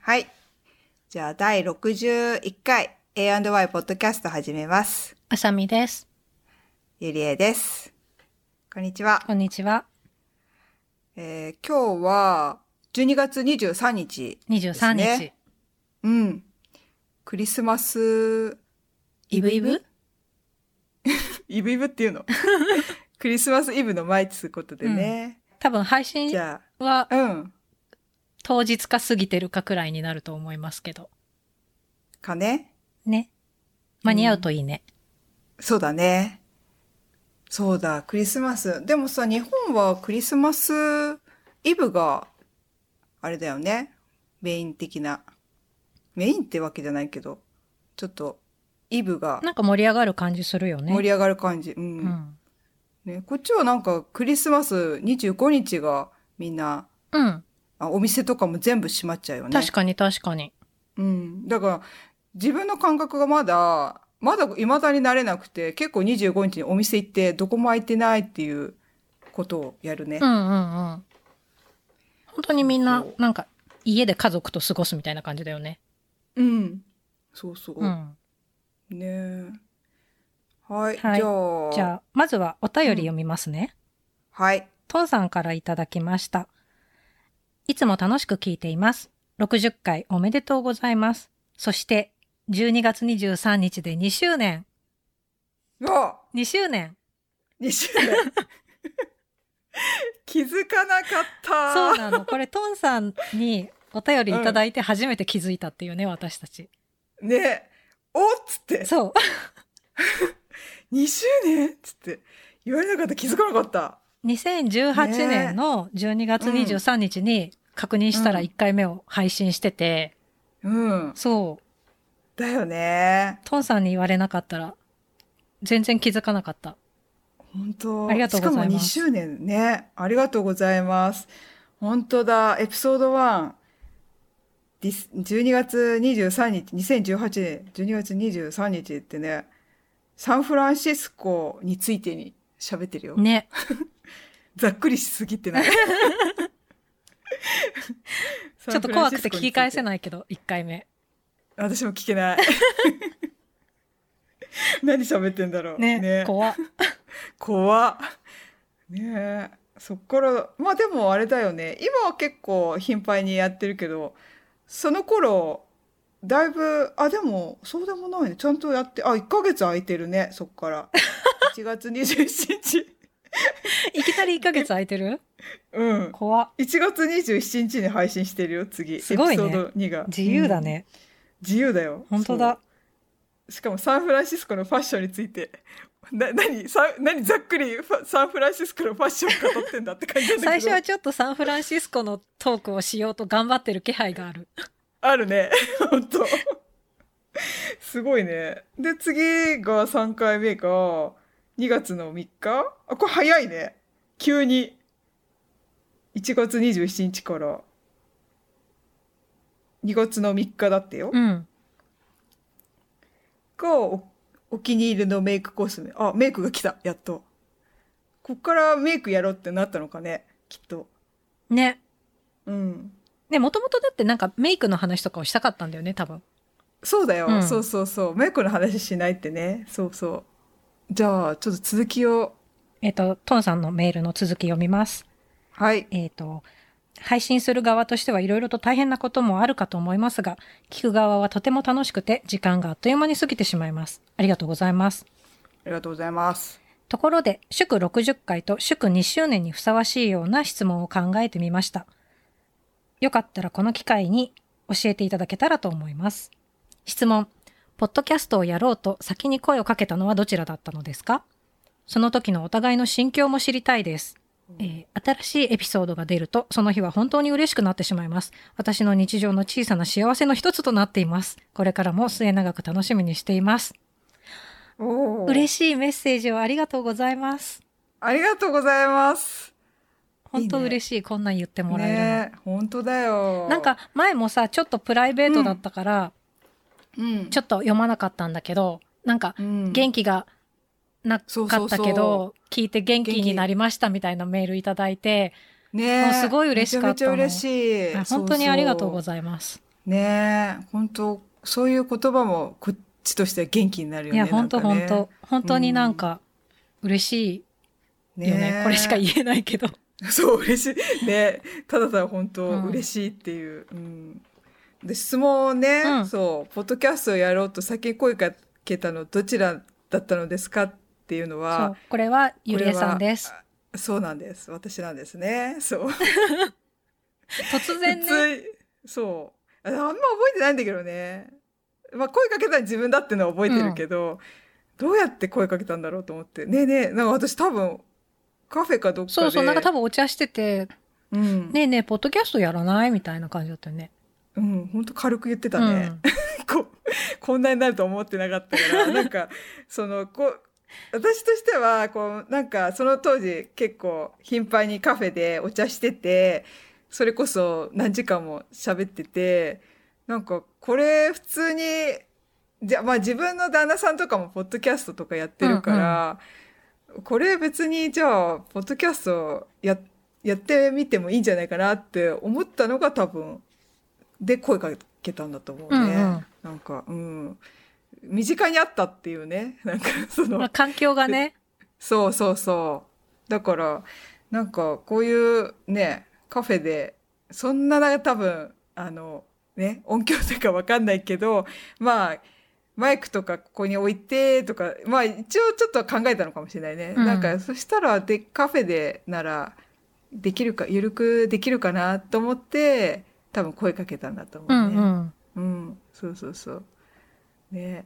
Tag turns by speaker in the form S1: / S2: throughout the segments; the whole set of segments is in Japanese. S1: はい。じゃあ、第61回 A&Y ポッドキャスト始めます。
S2: あさみです。
S1: ゆりえです。こんにちは。
S2: こんにちは。
S1: えー今日は12月23日。
S2: 23日。
S1: ですねうん。クリスマス、
S2: イブイブ
S1: イブイブっていうのクリスマスイブの毎日ということでね。
S2: 多分配信
S1: じゃあ、
S2: は
S1: うん。
S2: 当日か過ぎてるかくらいになると思いますけど。
S1: かね。
S2: ね。間に合うといいね。
S1: そうだね。そうだ、クリスマス。でもさ、日本はクリスマスイブが、あれだよね。メイン的な。メインってわけじゃないけど、ちょっと、イブが
S2: なんか盛り上がる感じするよね。
S1: 盛り上がる感じ。う。
S2: うんん。
S1: ね、こっちはなんかクリスマス25日がみんな、
S2: うん。
S1: あ、お店とかも全部閉まっちゃうよね。
S2: 確かに確かに。
S1: うん。だから、自分の感覚がまだ、まだ未だになれなくて、結構25日にお店行って、どこも空いてないっていうことをやるね
S2: う。んうんうん。本当にみんな
S1: そう、
S2: なんか、家で家族と過ごすみたいな感じだよね。
S1: うん。そうそう。
S2: うん。
S1: ねえはい。
S2: はい
S1: じゃあ。
S2: じゃあ、まずはお便り読みますね。
S1: はい。
S2: 父さんからいただきました。いつも楽しく聞いています。60回おめでとうございます。そして、12月23日で2周年。
S1: うわ
S2: 2周年。
S1: !2 周年。 気づかなかった。
S2: そうなの。これ、トンさんにお便りいただいて初めて気づいたっていうね、私たち。
S1: ねえおっつって、
S2: そう。
S1: 2周年っつって、言われなかった、気づかなかった。
S2: 2018年の12月23日に確認したら
S1: うん
S2: 1回目を配信してて、
S1: うん。
S2: そう。
S1: だよね。
S2: トンさんに言われなかったら、全然気づかなかった。
S1: 本当
S2: ありがとうございます
S1: しかも2周年ね。ありがとうございます。本当だ。エピソード1。ディス12月23日、2018年12月23日ってね、サンフランシスコについてに喋ってるよ。
S2: ね。
S1: ざっくりしすぎて ない。
S2: ちょっと怖くて聞き返せ
S1: い。
S2: ないけど、1回目。
S1: 私も聞け ない。何喋ってんだろう。
S2: ね、怖っ。
S1: 怖っねえそっからまあでもあれだよね今は結構頻繁にやってるけどその頃だいぶあでもそうでもないねちゃんとやってあ1ヶ月空いてるねそっから 1月27日
S2: いきなり1ヶ月空いてる
S1: うん
S2: 怖っ。
S1: 1月27日に配信してるよ次
S2: すごいね
S1: エピソード2が
S2: 自由だ、ね。
S1: うん自由だよ
S2: 本当だ。
S1: しかもサンフランシスコのファッションについて。な、なに、さ、なにざっくりファサンフランシスコのファッション語ってんだって感じなんだ
S2: 最
S1: けど。
S2: 初はちょっとサンフランシスコのトークをしようと頑張ってる気配がある。
S1: あるね。 本当すごいね。で、次が3回目が2月の3日あ、これ早いね。急に。1月27日から2月の3日だってよ。
S2: うん。
S1: がおお気に入りのメイクコスメあメイクが来たやっとこっからメイクやろうってなったのかねきっと
S2: ね。
S1: うん
S2: ね、もともとだってなんかメイクの話とかをしたかったんだよね、多分。
S1: そうだよ、
S2: うん
S1: そうそうそうメイクの話しないってねそうそうじゃあちょっと続きを
S2: えっ、と、トンさんのメールの続き読みます。
S1: はい
S2: えっ、と、配信する側としてはいろいろと大変なこともあるかと思いますが、聞く側はとても楽しくて、時間があっという間に過ぎてしまいます。ありがとうございます。
S1: ありがとうございます
S2: ところで、祝60回と祝2周年にふさわしいような質問を考えてみました。よかったらこの機会に教えていただけたらと思います。質問。ポッドキャストをやろうと先に声をかけたのはどちらだったのですかその時のお互いの心境も知りたいです。えー新しいエピソードが出ると、その日は本当に嬉しくなってしまいます。私の日常の小さな幸せの一つとなっています。これからも末永く楽しみにしています。
S1: おしい
S2: 嬉しいメッセージをありがとうございます。
S1: ありがとうございます
S2: 本当
S1: いいね
S2: 嬉しいこんなん言ってもらえるの、
S1: ね本当だよ
S2: なんか前もさちょっとプライベートだったから、
S1: うん
S2: ちょっと読まなかったんだけどなんか
S1: うん
S2: 元気がなか
S1: そうそ
S2: っ
S1: うそ
S2: た
S1: う
S2: けど、聞いて元気になりましたみたいなメールいただいて、
S1: ね
S2: も
S1: え
S2: うすごい嬉しかった
S1: めちゃ
S2: の
S1: めちゃ嬉しい
S2: あ本当にありがとうご
S1: い
S2: ざいます。
S1: ますねえ本当そういう言葉もこっちとしては元気になるよ
S2: い
S1: ね
S2: や、本当
S1: なんか
S2: 本
S1: ね
S2: 当本当になんか嬉しい
S1: ね
S2: よね。
S1: え
S2: これしか言えないけど。
S1: そう嬉しいねただただ本当
S2: うん
S1: 嬉しいっていう、うんで質問をね、
S2: うん
S1: そうポッドキャストをやろうと先に声かけたのどちらだったのですかっていうの
S2: そ
S1: は
S2: う。これはゆりえさんです。
S1: そうなんです私なんですねそう
S2: 突然
S1: 普通
S2: ね。
S1: そうああんま覚えてないんだけどね、まあ、声かけたら自分だってのは覚えてるけど、どうやって声かけたんだろうと思ってねえねえなんか私多分カフェかどっかで
S2: そうそう、なんか多分お茶してて、
S1: うん、
S2: ねえねえ、ポッドキャストやらないみたいな感じだったよね。
S1: うん、本当軽く言ってたね、 ここんなになると思ってなかった からなんかそのこう私としてはこうなんかその当時結構頻繁にカフェでお茶しててそれこそ何時間も喋っててなんかこれ普通にじゃまあ自分の旦那さんとかもポッドキャストとかやってるから、これ別にじゃあポッドキャストややってみてもいいんじゃないかなって思ったのが多分で声かけたんだと思うね。
S2: うんうん
S1: なんかうん身近にあったっていうね なんかそ
S2: うんまあ
S1: の
S2: 環境がね。
S1: そうそうそうだからなんかこういうねカフェでそんなな多分あのね音響とかわかんないけどまあマイクとかここに置いてとかまあ一応ちょっと考えたのかもしれないね、
S2: うん
S1: なんかそしたらでカフェでならできるかゆるくできるかなと思って多分声かけたんだと思う
S2: う
S1: ね。
S2: んうん。
S1: うん、そうそうそう。ね。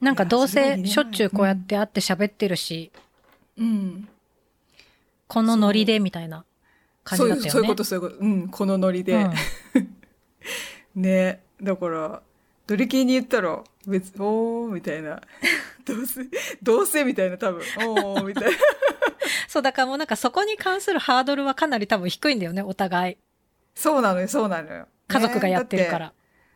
S2: なんかどう
S1: いやそれは言え
S2: せ
S1: ない
S2: しょっちゅうこうやって会って喋ってるし、
S1: うん。
S2: このノリでみたいな感
S1: そ
S2: じ
S1: うい
S2: だ
S1: う
S2: ったよね。
S1: そういうこと、そういうこと。うん、このノリで。
S2: うん
S1: ね。だから、ドリキンに言ったら、別、おー、みたいな。 どうせ、どうせみたいな、多分。おー、み たいな。
S2: そう、だからもうなんかそこに関するハードルはかなり多分低いんだよね、お互い。
S1: そうなのよ、そうなのよ。
S2: 家族がやってる
S1: ね。
S2: か
S1: だ
S2: ら。
S1: て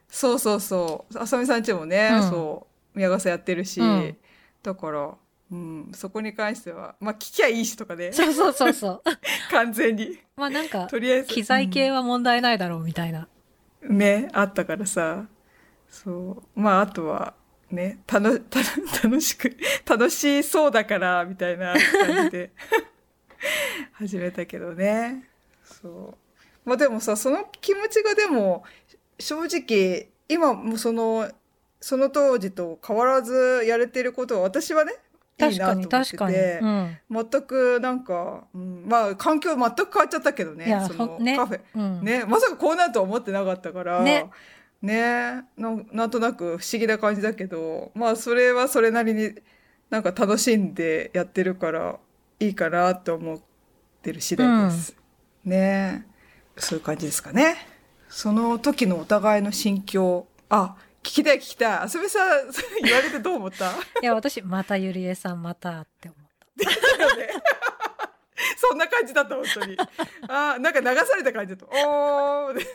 S1: そうそうそう。あさみさんちもね、
S2: うん
S1: そう、宮笠やってるし、
S2: うん
S1: だから、うん、そこに関しては、まあ、聞きゃいいしとかね、
S2: そうそうそう そう。
S1: 完全に。
S2: まあなんか、
S1: とりあえず。
S2: 機材
S1: うん
S2: 系は問題ないだろうみたいな。
S1: ねあったからさそうまああとはねたのた楽 しく楽しそうだからみたいな感じで 始めたけどねそうまあでもさその気持ちがでも正直今もそのその当時と変わらずやれてることは私はねい
S2: 確
S1: い
S2: か
S1: な
S2: に
S1: と思っ
S2: 確
S1: て
S2: かに。
S1: て
S2: うん。
S1: 全くなんか、うん、まあ環境全く変わっちゃったけどね
S2: いや、
S1: その
S2: ほね
S1: カフェ。
S2: うん。
S1: ね、まさかこうなるとは思ってなかったから、
S2: ね
S1: ねなんなんとなく不思議な感じだけどまあそれはそれなりになんか楽しんでやってるからいいかなと思ってる次第です。ねそういう感じですかね。その時のお互いの心境あ聞きたい聞きたいあすみさん それ言われてどう思った
S2: いや、私、またゆりえさん、またって思った。
S1: そんな感じだった本当にあなんか流された感じだったおー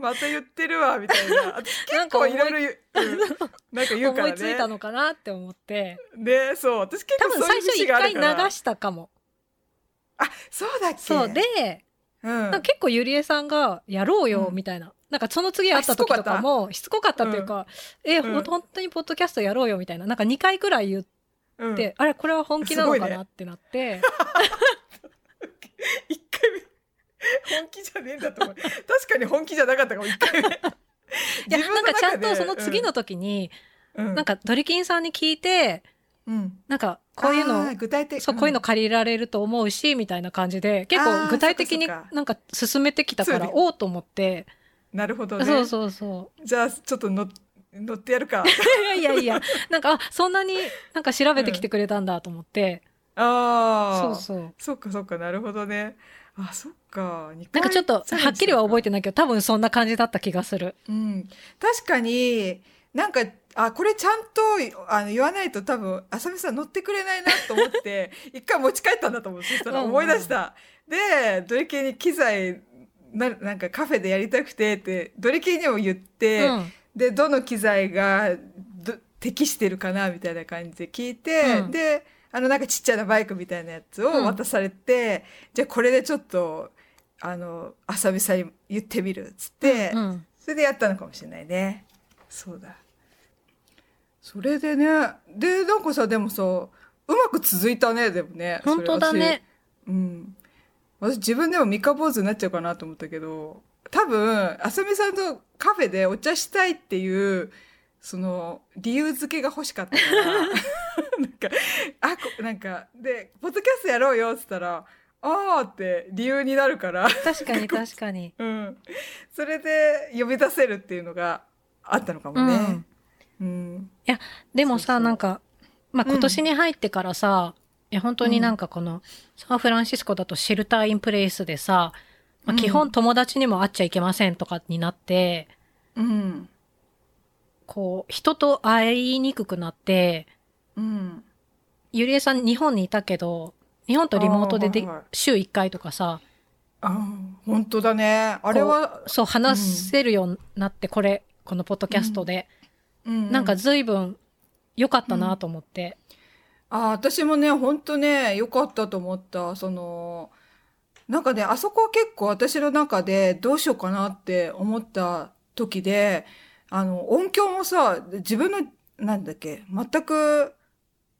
S1: また言ってるわみたいな私
S2: なん
S1: 結
S2: か
S1: 構
S2: 思い
S1: いろいろ言う、うんなんか言うか
S2: 思
S1: ら
S2: いついた
S1: ね
S2: のかなって思って。
S1: ねそう私結
S2: 多
S1: 構
S2: 分
S1: そういう
S2: 最初
S1: 節
S2: 一
S1: があ
S2: 回
S1: るから
S2: 流したかも。
S1: あそうだっけ
S2: そう。で、
S1: うん、
S2: なんか結構ゆりえさんが、やろうよ、
S1: うん
S2: みたいな。なんかその次会った時とかも、しつこかったというか、え、ほ
S1: うん
S2: ん本当にポッドキャストやろうよ、みたいな。なんか2回くらい言っ
S1: うん
S2: て、あれ、これは本気なのか
S1: すごい
S2: な
S1: ね
S2: ってなって。
S1: 一回目本気じゃねえんだと思う確かに本気じゃなかったかも一回目
S2: いや、
S1: 自
S2: な
S1: 分
S2: ん
S1: の
S2: かちゃ
S1: 中
S2: ん
S1: で
S2: とその次の時に、
S1: うんうん
S2: なんかドリキンさんに聞いて、
S1: うん
S2: なんかこういう
S1: あ
S2: の
S1: ー、具体的
S2: そう、こういうの借りられると思うし、みたいな感じで、結構具体的に
S1: あーそっかそっか
S2: なんか進めてきたか
S1: そう
S2: ら
S1: ね、
S2: おうと思って。
S1: なるほどね
S2: そうそう そ
S1: じゃあちょっと乗っ乗ってやるか
S2: う。いやいやいや、なんか、あ、そんなになんか調べてきてくれたんだと思って。
S1: ああ
S2: そうそう。
S1: そっかそっかなるほどねあそっか二
S2: な
S1: 回
S2: んかちょっと、
S1: チャレンジした
S2: はっきりは覚えてないけど、多分そんな感じだった気がする。
S1: うん、確かになんかあこれちゃんとあの言わないと多分浅見さん乗ってくれないなと思って 一回持ち帰ったんだと思うそしたら
S2: うんうん
S1: 思い出した。でドリキンに機材ななんかカフェでやりたくてってドリキンにも言っ
S2: う
S1: て、
S2: ん。
S1: でどの機材がど適してるかなみたいな感じで聞いて、
S2: うん
S1: であのなんかちっちゃなバイクみたいなやつを
S2: うん
S1: 渡されて、じゃあこれでちょっとあの浅見さんに言ってみるっつって、
S2: うん。
S1: それでやったのかもしれないねそうだそれでねでなんかさでもさうまく続いたねでもね
S2: 本当だね。
S1: うん。私自分でも三日坊主になっちゃうかなと思ったけど、多分、あさみさんとカフェでお茶したいっていう、その、理由付けが欲しかった から、なんか、あ、こなんか、で、ポッドキャストやろうよって言ったら、あーって理由になるから、
S2: 確かに確か に。
S1: うん。それで呼び出せるっていうのがあったのかもね。うん。
S2: でも
S1: そう
S2: さ、
S1: そう
S2: なんか、まあ、
S1: うん
S2: 今年に入ってからさ、いや、本当になんかこの、サンフランシスコだとシェルターインプレイスでさ、まあ、基
S1: う
S2: 本
S1: ん
S2: 友達にも会っちゃいけませんとかになって、
S1: うん。
S2: こう、人と会いにくくなって、
S1: うん。
S2: ゆりえさん日本にいたけど、日本とリモートで
S1: あ
S2: で
S1: ーはいはい
S2: 週1回とかさ、
S1: あー本当だね。あれは、
S2: そう話せるようになって、これ、このポッドキャストで、
S1: うん
S2: なんか随分良かったなと思って。
S1: あー、私もね、ほんとね、良かったと思った。その、なんかね、あそこは結構私の中でどうしようかなって思った時で、あの、音響もさ、自分の、なんだっけ、全く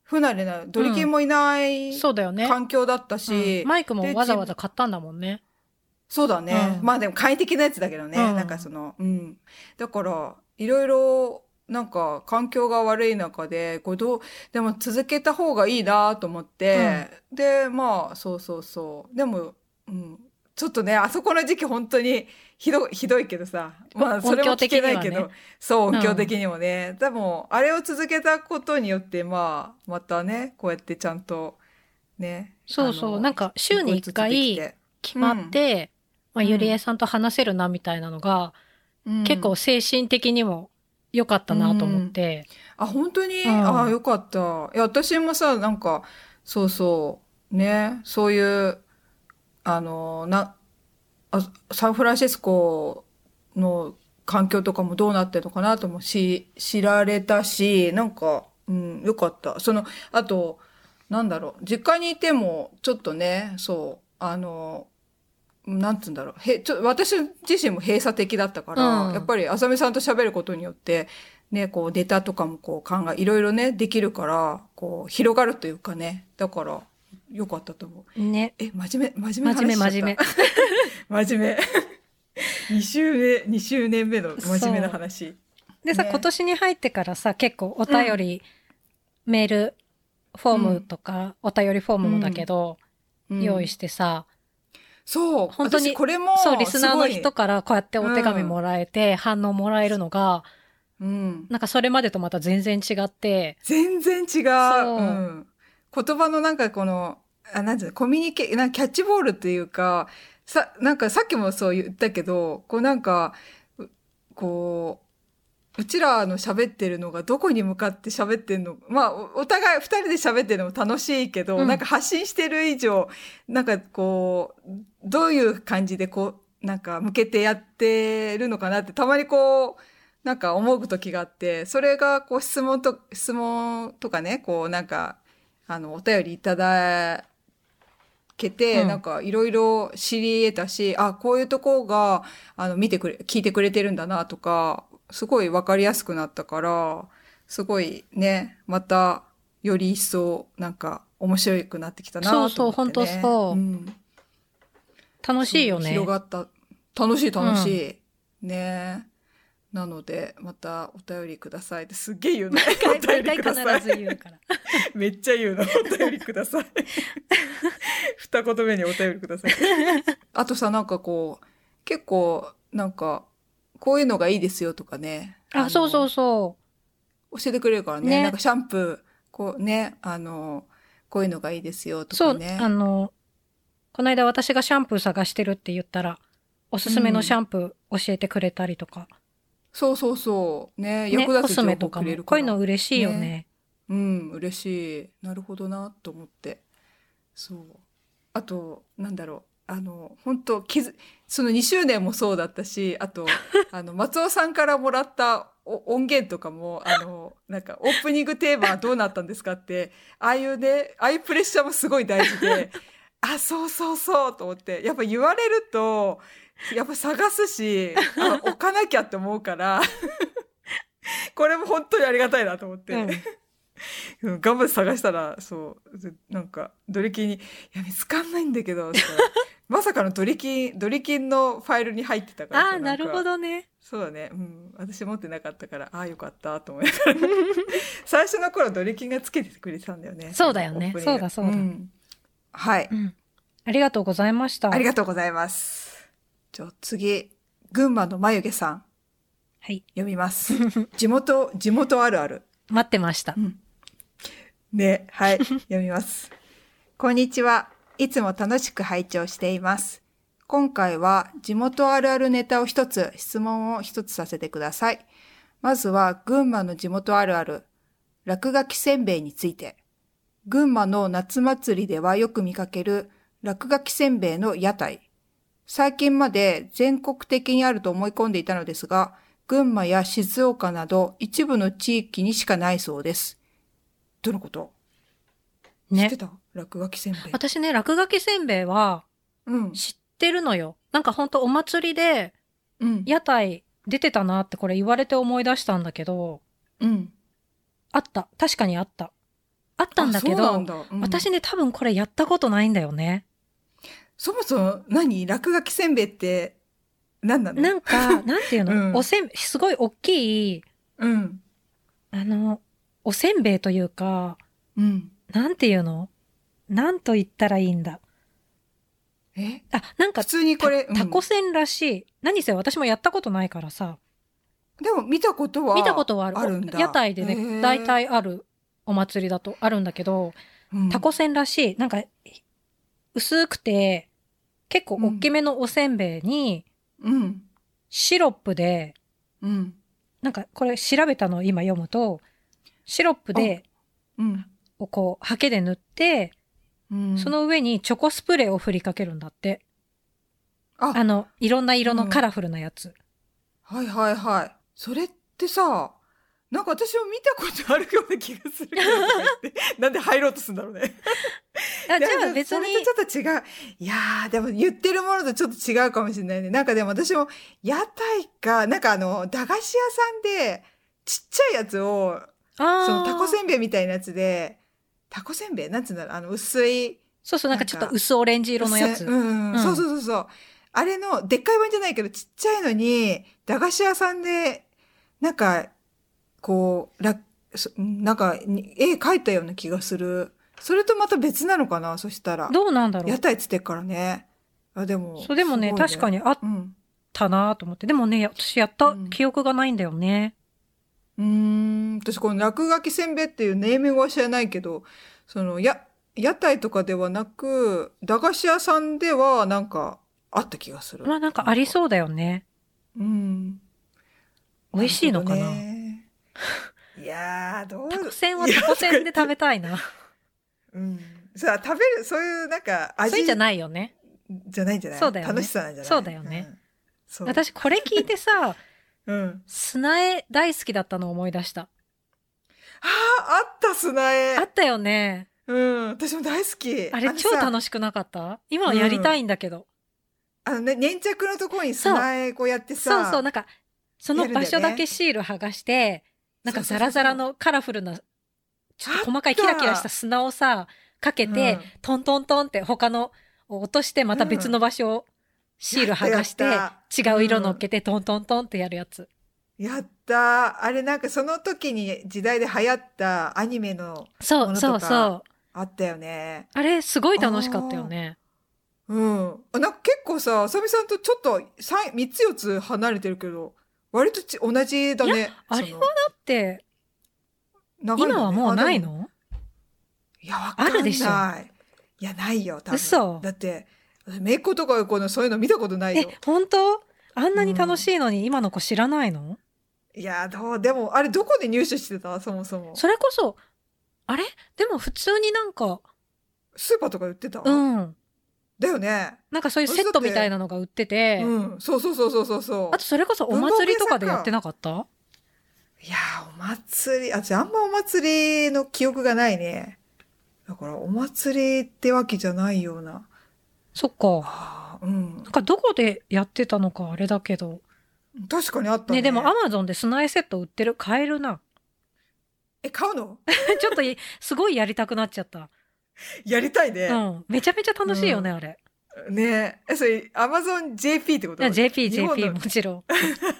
S1: 不慣れな、ドリキンもいない
S2: そうだよね。
S1: 環境だったし
S2: うん、マイクも
S1: で
S2: わざわざ買ったんだもんね。
S1: そうだね。
S2: うん
S1: まあでも快適なやつだけどね。
S2: うん
S1: なんかその、うん。だから、いろいろ、なんか環境が悪い中で、こうどう、でも続けた方がいいなと思って、で、まあ、そうそうそう。でも、うん。ちょっとね、あそこの時期本当にひど、ひどいけどさ。まあ、それも聞けないけ
S2: 音響的に
S1: ど
S2: はね、
S1: そう、
S2: うん
S1: 音響的にもね。でも、あれを続けたことによって、まあ、またね、こうやってちゃんと、ね。
S2: そうそう。なん
S1: か、
S2: か週に1回決まって、まあ、
S1: うん
S2: ゆりえさんと話せるなみたいなのが、
S1: うん
S2: 結構精神的にも良かったなと思って。
S1: あ、本当に、
S2: うん
S1: ああ、よかった。いや、私もさ、なんか、そうそう、ね、そういう、あの、な、あ、サンフランシスコの環境とかもどうなってるのかなともし、知られたし、なんか、うん、よかった。その、あと、なんだろう、実家にいても、ちょっとね、そう、あの、なんつうんだろう、へ、ちょ、私自身も閉鎖的だったから、
S2: うん
S1: やっぱり、あさみさんと喋ることによって、ね、こう、データとかもこう、考え、いろいろね、できるから、こう、広がるというかね、だから、よかったと思う。
S2: ね。
S1: え、真面目、真面目な
S2: 真面目
S1: 話しちゃった
S2: 真面目。
S1: 真 面目。2周目、2周年目の真面目な話。
S2: でさ、
S1: ね
S2: 今年に入ってからさ、結構お便り、メール、フォームとか、お便りフォームもだけど、
S1: うん
S2: 用意してさ、
S1: そう、
S2: 本当に
S1: 私これも、
S2: そう、リスナーの人
S1: す
S2: からこうやってお手紙もらえて、反応もらえるのが、
S1: ごい。うん。
S2: なんかそれまでとまた全然違って、
S1: 全然違う。
S2: そう
S1: うん、言葉のなんかこの、あ、なんていうの、コミュニケ、なんかキャッチボールっていうか、さ、なんかさっきもそう言ったけど、こうなんか、うこう、うちらの喋ってるのがどこに向かって喋ってんのまあ、おお互い二人で喋ってるのも楽しいけど、
S2: うん
S1: なんか発信してる以上、なんかこう、どういう感じでこう、なんか向けてやってるのかなって、たまにこう、なんか思う時があって、それがこう質問と、質問とかね、こうなんか、あの、お便りいただけて、
S2: うん
S1: なんかいろいろ知り得たし、あ、こういうとこが、あの、見てくれ、聞いてくれてるんだなとか、すごいわかりやすくなったから、すごいね、また、より一層、なんか、面白くなってきたなと思って、ね。
S2: そうそう本当そう
S1: うん
S2: 楽しいよね。
S1: 広がった。楽しい楽しい。ねえなので、またお便りくださいってすっげえ言うの。 お便
S2: 大
S1: り
S2: 体
S1: くださ
S2: 必ず
S1: い。
S2: 言 うから。
S1: めっちゃ言うの。お便りください。二言目にお便りくださ い。あとさ、なんかこう、結構、なんか、こういうのがいいですよとかね。
S2: あ、そうそうそ
S1: 教えてくれるからね。
S2: ね
S1: なんかシャンプー、こうね、あの、こういうのがいいですよ
S2: う。
S1: と
S2: そ
S1: か
S2: う、
S1: ね。
S2: あの、この間私がシャンプー探してるって言ったら、おすすめのシャンプー教えてくれたりとか、
S1: そうそうそう。ね、
S2: ね、
S1: 役
S2: コ
S1: 立つ
S2: ス
S1: 情
S2: メ
S1: 報
S2: とか
S1: くれ
S2: も。
S1: る
S2: こ
S1: か
S2: うい
S1: ら
S2: うの嬉しいよね。
S1: ねうん、嬉しい。なるほどな、と思って。そう。あと、なんだろう。あの本当気づその2周年もそうだったしあとあの松尾さんからもらったお音源とかもあのなんかオープニングテーマはどうなったんですかってああいうねああいうプレッシャーもすごい大事であそうそうそうと思ってやっぱ言われるとやっぱ探すしあ置かなきゃって思うからこれも本当にありがたいなと思って。
S2: うん
S1: うん頑張って探したら、そう、ずなんか、ドリキンに、いや、見つかんないんだけど、そ したらまさかのドリキン、ドリキンのファイルに入ってたから
S2: あ
S1: さ
S2: あ、なん
S1: か
S2: るほど ね。
S1: そうだね。うん。私持ってなかったから、ああ、よかった、と思いながら。 最初の頃、ドリキンがつけてくれてたんだよね。
S2: そうだよ
S1: オ
S2: ね
S1: ープニング
S2: そうだそうだ
S1: んはい。
S2: うん。ありがとうございました。
S1: ありがとうございます。じゃあ次、群馬の眉毛さん、
S2: はい。
S1: 読み ます。地元、地元あるある。
S2: 待ってました。
S1: ね、 はい、読みます。こんにちは。いつも楽しく拝聴しています。今回は地元あるあるネタを一つ、質問を一つさせてください。まずは群馬の地元あるある、落書きせんべいについて。群馬の夏祭りではよく見かける落書きせんべいの屋台。最近まで全国的にあると思い込んでいたのですが、群馬や静岡など一部の地域にしかないそうです。どのこと、知って
S2: ね。
S1: た落書きせんべい。
S2: 私ね、落書きせんべいは
S1: うん。
S2: 知ってるのよ。なんかほんとお祭りで
S1: うん。
S2: 屋台出てたなってこれ言われて思い出したんだけど、
S1: うん。
S2: あった。確かにあった。あったんだけ
S1: あそうな
S2: ど
S1: ん、だうん
S2: 私ね、多分これやったことないんだよね。
S1: そもそも何落書きせんべいって何なの
S2: な んか、なんていうの、
S1: うん
S2: おせんすごい大きい、
S1: うん。
S2: あの、おせんべいというか、
S1: うん。
S2: なんていうのなんと言ったらいいんだ。
S1: え
S2: あ、なんか
S1: 普、通にこれ、
S2: たタコ
S1: うん
S2: せんらしい。何せ私もやったことないからさ、
S1: でも見たことは
S2: 見たことはある。
S1: あるんだ
S2: 屋台で
S1: へー
S2: ね、大体あるお祭りだとあるんだけど、
S1: うん
S2: タコせんらしい。なんか、薄くて、結構大きめのおせんべいに、
S1: うん。
S2: シロップで、
S1: うん。
S2: なんかこれ調べたのを今読むと、シロップで、
S1: うん。
S2: をこう、ハケで塗って、
S1: うん
S2: そ、の上にチョコスプレーを振りかけるんだって。
S1: あ
S2: あの、いろんな色
S1: う
S2: の
S1: ん
S2: カラフルなやつ。
S1: はいはいはい。それってさ、なんか私も見たことあるような気がするけどとか 言って、なんで入ろうとするんだろうね。
S2: あじゃ
S1: で
S2: あ
S1: も
S2: 別
S1: それ
S2: に、
S1: とちょっと違う。いやー、でも言ってるものとちょっと違うかもしれないね。なんかでも私も、屋台か、なんかあの、駄菓子屋さんで、ちっちゃいやつを、
S2: あ
S1: そのタコ
S2: ん
S1: せんべいみたいなやつで、タコせんべいなんつうんだろうあの、薄い、
S2: そうそう、なん
S1: な
S2: か
S1: ん
S2: ち
S1: か
S2: ょっと薄オレンジ色のやつ。
S1: 薄いうん、
S2: うん
S1: そうそうそうそう。あれの、でっかい版じゃないけど、ちっちゃいのに、駄菓子屋さんで、なんか、こう、ら、そなんか、に絵描いたような気がする。それとまた別なのかなそしたら。
S2: どうなんだろ
S1: 屋
S2: う。
S1: 台つってっからね。あ、でも。
S2: そう、でもね、確か
S1: に。
S2: にあっ
S1: うん。
S2: たなと思って。でもね、私やった
S1: うん
S2: 記憶がないんだよね。
S1: うーん。私、この落書きせんべいっていうネーミングは知らないけど、その、や、屋台とかではなく、駄菓子屋さんでは、なんか、あった気がする。
S2: まあなんかありそうだよね。
S1: うん。
S2: 美味しいのかな
S1: るほどねいやー、 どう
S2: タコせんはタコせんで食べたいな。
S1: うん。さあ、食べる、そういう、なんか、 味
S2: そういうんじゃないよね。
S1: じゃないんじゃない
S2: そうだよね
S1: 楽しさなんじゃない
S2: そうだよね。
S1: んそう。
S2: 私これ聞いてさ、
S1: うん。
S2: 砂絵大好きだったのを思い出した。
S1: ああ、あった、砂絵。
S2: あったよね。
S1: うん。私も大好き。
S2: あれ
S1: のさ
S2: 超楽しくなかった今はやりたいんだけど。
S1: あのね、粘着のところに砂絵こうやって
S2: そ
S1: さ。
S2: うそう、なんか、その場所だけシール剥がして、なんかザラザラのカラフルな、ちょっと細かいキラキラした砂をさ、かけて、
S1: うん
S2: トントントンって他のを落として、また別の場所をシール剥がして、
S1: やった
S2: 違う色乗っけて、トントントンってやるやつ。
S1: やった。あれなんかその時に時代で流行ったアニメの
S2: そ
S1: も
S2: う
S1: のと
S2: そ
S1: か
S2: うそう。
S1: あったよね。
S2: あれ、すごい楽しかったよね。
S1: うん。あなんか結構さ、あさみさんとちょっと三三つ四つ離れてるけど、割とち同じだね。
S2: あれはだって、
S1: その流れだね
S2: 今はもうない
S1: あでも
S2: の
S1: いや、わかんない。
S2: あるでしょ
S1: いや、ないよ、多分。
S2: 嘘
S1: だって、めいっ子とかこのそういうの見たことない
S2: え
S1: よ。、
S2: 本当あんなに楽しいのに今の子知らないの、
S1: いや、どう、でも、あれどこで入手してたそもそも。
S2: それこそ、あれでも普通になんか、
S1: スーパーとか売ってた
S2: うん。
S1: だよね。
S2: なんかそういうセットみたいなのが売ってて、
S1: うん。そうそうそうそうそうそう
S2: あと。それこそお祭りとかでやってなかった
S1: いやー、お祭り、あ、じゃああんまお祭りの記憶がないね。だから、お祭りってわけじゃないような。
S2: そっか。
S1: ああ、うん
S2: なん。かどこでやってたのかあれだけど。
S1: 確かにあった
S2: ね、
S1: ね。
S2: でもアマゾンでスナイセット売ってる。買えるな。
S1: え、買うの
S2: ちょっといすごいやりたくなっちゃった。
S1: やりたいうね。
S2: ん。めちゃめちゃ楽しいよね、あれ。
S1: ねえ、それ、アマゾン JP ってこ
S2: い
S1: と
S2: や JP、
S1: 日本
S2: JP
S1: の
S2: もちろん。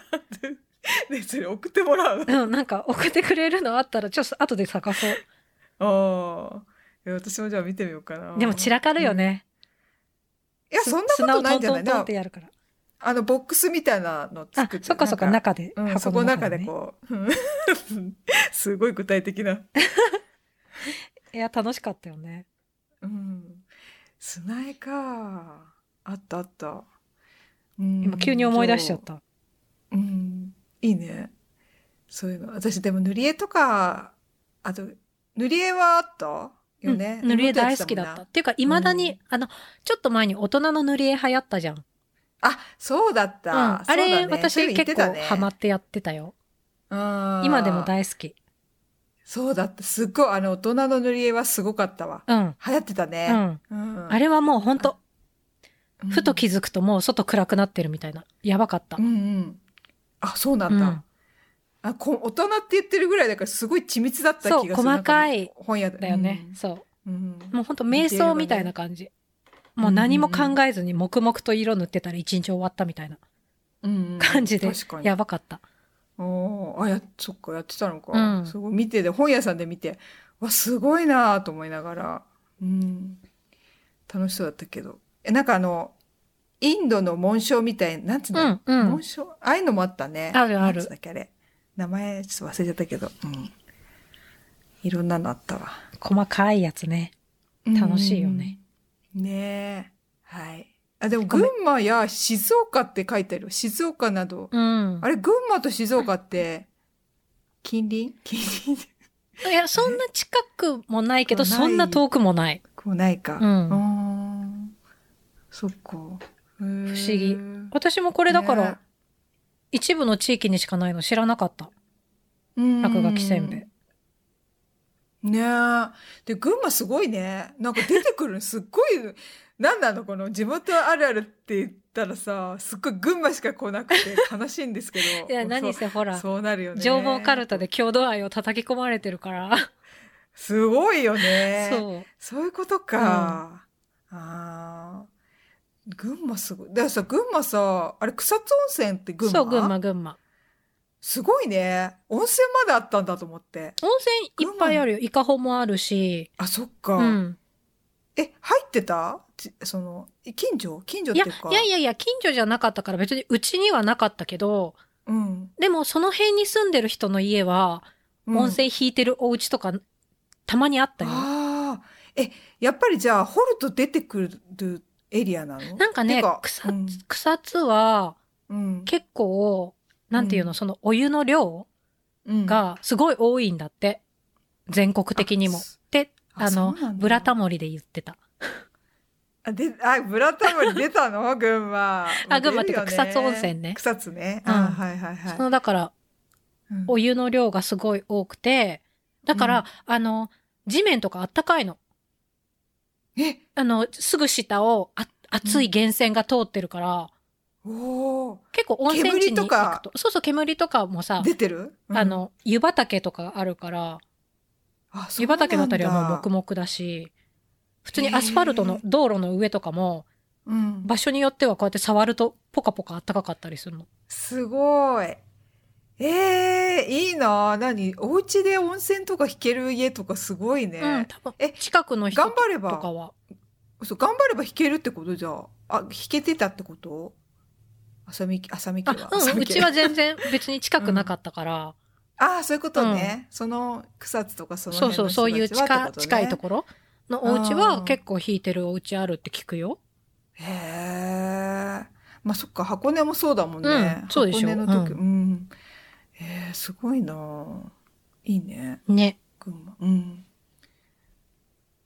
S1: ね、それ送ってもらう
S2: うん、なんか送ってくれるのあったら、ちょっと後で探そう。
S1: の。 ああ。え私もじゃあ見てみようかな。
S2: でも散らかるよね。
S1: いや、そんなことないんじゃない
S2: 砂をトントントン
S1: な
S2: ってやるから。
S1: あの、ボックスみたいなの
S2: あ
S1: 作っ、て
S2: そっかそっか、
S1: なん
S2: 中で。
S1: うん、そこの中でこう。うん すごい具体的な。
S2: う。いや、楽しかったよね。
S1: うん。スナイか。あったあった。うん
S2: 今、急に思い出しちゃっ。た。
S1: うん。いいね。そういうの。私、でも塗り絵とか、あと、塗り絵はあったよね。
S2: うん塗り絵大好きだった。っ。ていうか、未だに、
S1: うん
S2: あの、ちょっと前に大人の塗り絵流行ったじゃん。
S1: あ、そうだっ
S2: うん、
S1: た。
S2: あ
S1: そうだ
S2: れ、
S1: ねそういう
S2: 私
S1: の言って
S2: 結
S1: た
S2: 構
S1: ね
S2: ハマってやってたよ。
S1: うん
S2: 今でも大好き。
S1: そうだった。すっごい、あの、大人の塗り絵はすごかったわ。
S2: うん。
S1: 流行ってた
S2: う
S1: ね。
S2: ん。
S1: うん
S2: あれはもうほんと、ふと気
S1: づ
S2: づくともう外暗くなってるみたいな。やばかった
S1: うん。うん。あ、そうなんだ。
S2: うん
S1: あこ大人って言ってるぐらいだからすごい緻密だった気がする。
S2: そう細かい
S1: なん本屋
S2: だよね。そ
S1: う
S2: う。
S1: ん。
S2: もうほんと瞑想みたいな感じ。もう何も考えずに黙々と色塗ってたら一日終わったみたいな
S1: うんうん
S2: 感じで
S1: 確か、に。
S2: やばかった。
S1: おーあ、や、そっか、やってたのか。
S2: うん
S1: すごい見てで、本屋さんで見て、わ、すごいなぁと思いながら、うん。楽しそうだったけど。え、なんかあの、インドの紋章みたい、なんつう
S2: う
S1: の、
S2: ん、うん
S1: 紋。章ああいうのもあったね。
S2: あるある
S1: なんつうんだっけ、あれ。名前、ちょっと忘れちゃったけど、うん。いろんなのあったわ。
S2: 細かいやつね。楽しいよね
S1: うん。ねえ。はい。あ、でも群馬や静岡って書いてあるよ。静岡など。
S2: うん
S1: あ。れ、群馬と静岡って、近隣近隣 で
S2: いや、そんな近くもないけど、
S1: ない
S2: そんな遠くもない。
S1: こうないか。
S2: うん
S1: あーそっか。不思
S2: 不思議私もこれだか
S1: ね
S2: ら、一部の地域にしかないの知らなかった。落書きせんべい。。
S1: うんねえ。で、群馬すごいね。なんか出てくるのす っごい、なんなのこの地元あるあるって言ったらさ、すっごい群馬しか来なくて悲しいんですけど
S2: いや、何
S1: そう
S2: せほら、
S1: そうなるよね。
S2: 情報カルタで郷土愛を叩き込まれてるから。
S1: すごいよね。
S2: そう。
S1: そういうことか。ああ。群馬すごい。だからさ、群馬さ、あれ草津温泉って群馬
S2: そう、群馬、群馬。
S1: すごいね。温泉まであったんだと思って。
S2: 温泉いっぱいあるよ。伊香保もあるし。
S1: あ、そっか。
S2: うん。
S1: え、入ってたちその、え近所近所っ
S2: い
S1: てい
S2: や、
S1: うか。
S2: いやいやいや、近所じゃなかったから別にうちにはなかったけど、
S1: うん。
S2: でもその辺に住んでる人の家は、
S1: うん
S2: 温泉引いてるお家とか、たまにあったよ。
S1: ああ。え、やっぱりじゃあ、掘ると出てくるエリアなの
S2: なんかね
S1: て
S2: 草
S1: うん
S2: 草津は、
S1: うん。
S2: 結構、なんていう
S1: う
S2: の、
S1: ん
S2: そのお湯の量
S1: うん、
S2: がすごい多いんだって。全国的にも。
S1: あ
S2: っ
S1: そ
S2: て、
S1: あ
S2: あの
S1: そうなん、だ
S2: ブラタモリで言ってた。
S1: あ、で、あ、ブラタモリ出たの 群馬。
S2: あ群馬
S1: 出るよ
S2: ってか草津温泉ね
S1: 草津ね。
S2: うん
S1: あ、はいはい
S2: その、
S1: は
S2: だから、
S1: い。うん
S2: お湯の量がすごい多くて、だから、
S1: うん
S2: あの、地面とかあったかいの。
S1: え、
S2: あの、すぐ下をあ熱い源泉が通ってるから、
S1: おお、
S2: 結構温泉地に
S1: 煙
S2: 行
S1: とか
S2: くと。そうそう、煙とかもさ、
S1: 出てるうん
S2: あの、湯畑とかがあるから、
S1: あそう
S2: 湯
S1: なんだ
S2: 畑のあたりはもう黙々だし、普通に
S1: へー
S2: アスファルトの道路の上とかも、
S1: うん。
S2: 場所によってはこうやって触るとポカポカ暖かかったりするの。
S1: すごい。ええいいな。何お家で温泉とか引ける家とかすごいね。
S2: うん、多分
S1: え、
S2: 近くの人
S1: 頑
S2: と
S1: 張れば
S2: かは。
S1: そう、頑張れば引けるってことじゃあ。あ、引けてたってこと浅見、浅見家
S2: あ
S1: は。、
S2: う
S1: 浅
S2: ん、
S1: 見
S2: う
S1: 家
S2: ちは。全然別に近くなかったから、
S1: ああ、そういうことね。その草津とかその
S2: そう
S1: 辺
S2: そ
S1: の
S2: う、そういう
S1: 人たちは
S2: 近
S1: っ、て
S2: 近いと
S1: こ。
S2: ころのお家
S1: う
S2: は
S1: ん
S2: 結構引いてるお家あるって聞くよ。
S1: へえ。まあそっか、箱根もそうだもんね。
S2: うんそうでしょ
S1: 箱根の時。
S2: う
S1: うん。ええすごいな。いいね。
S2: ね。
S1: 群馬。うん。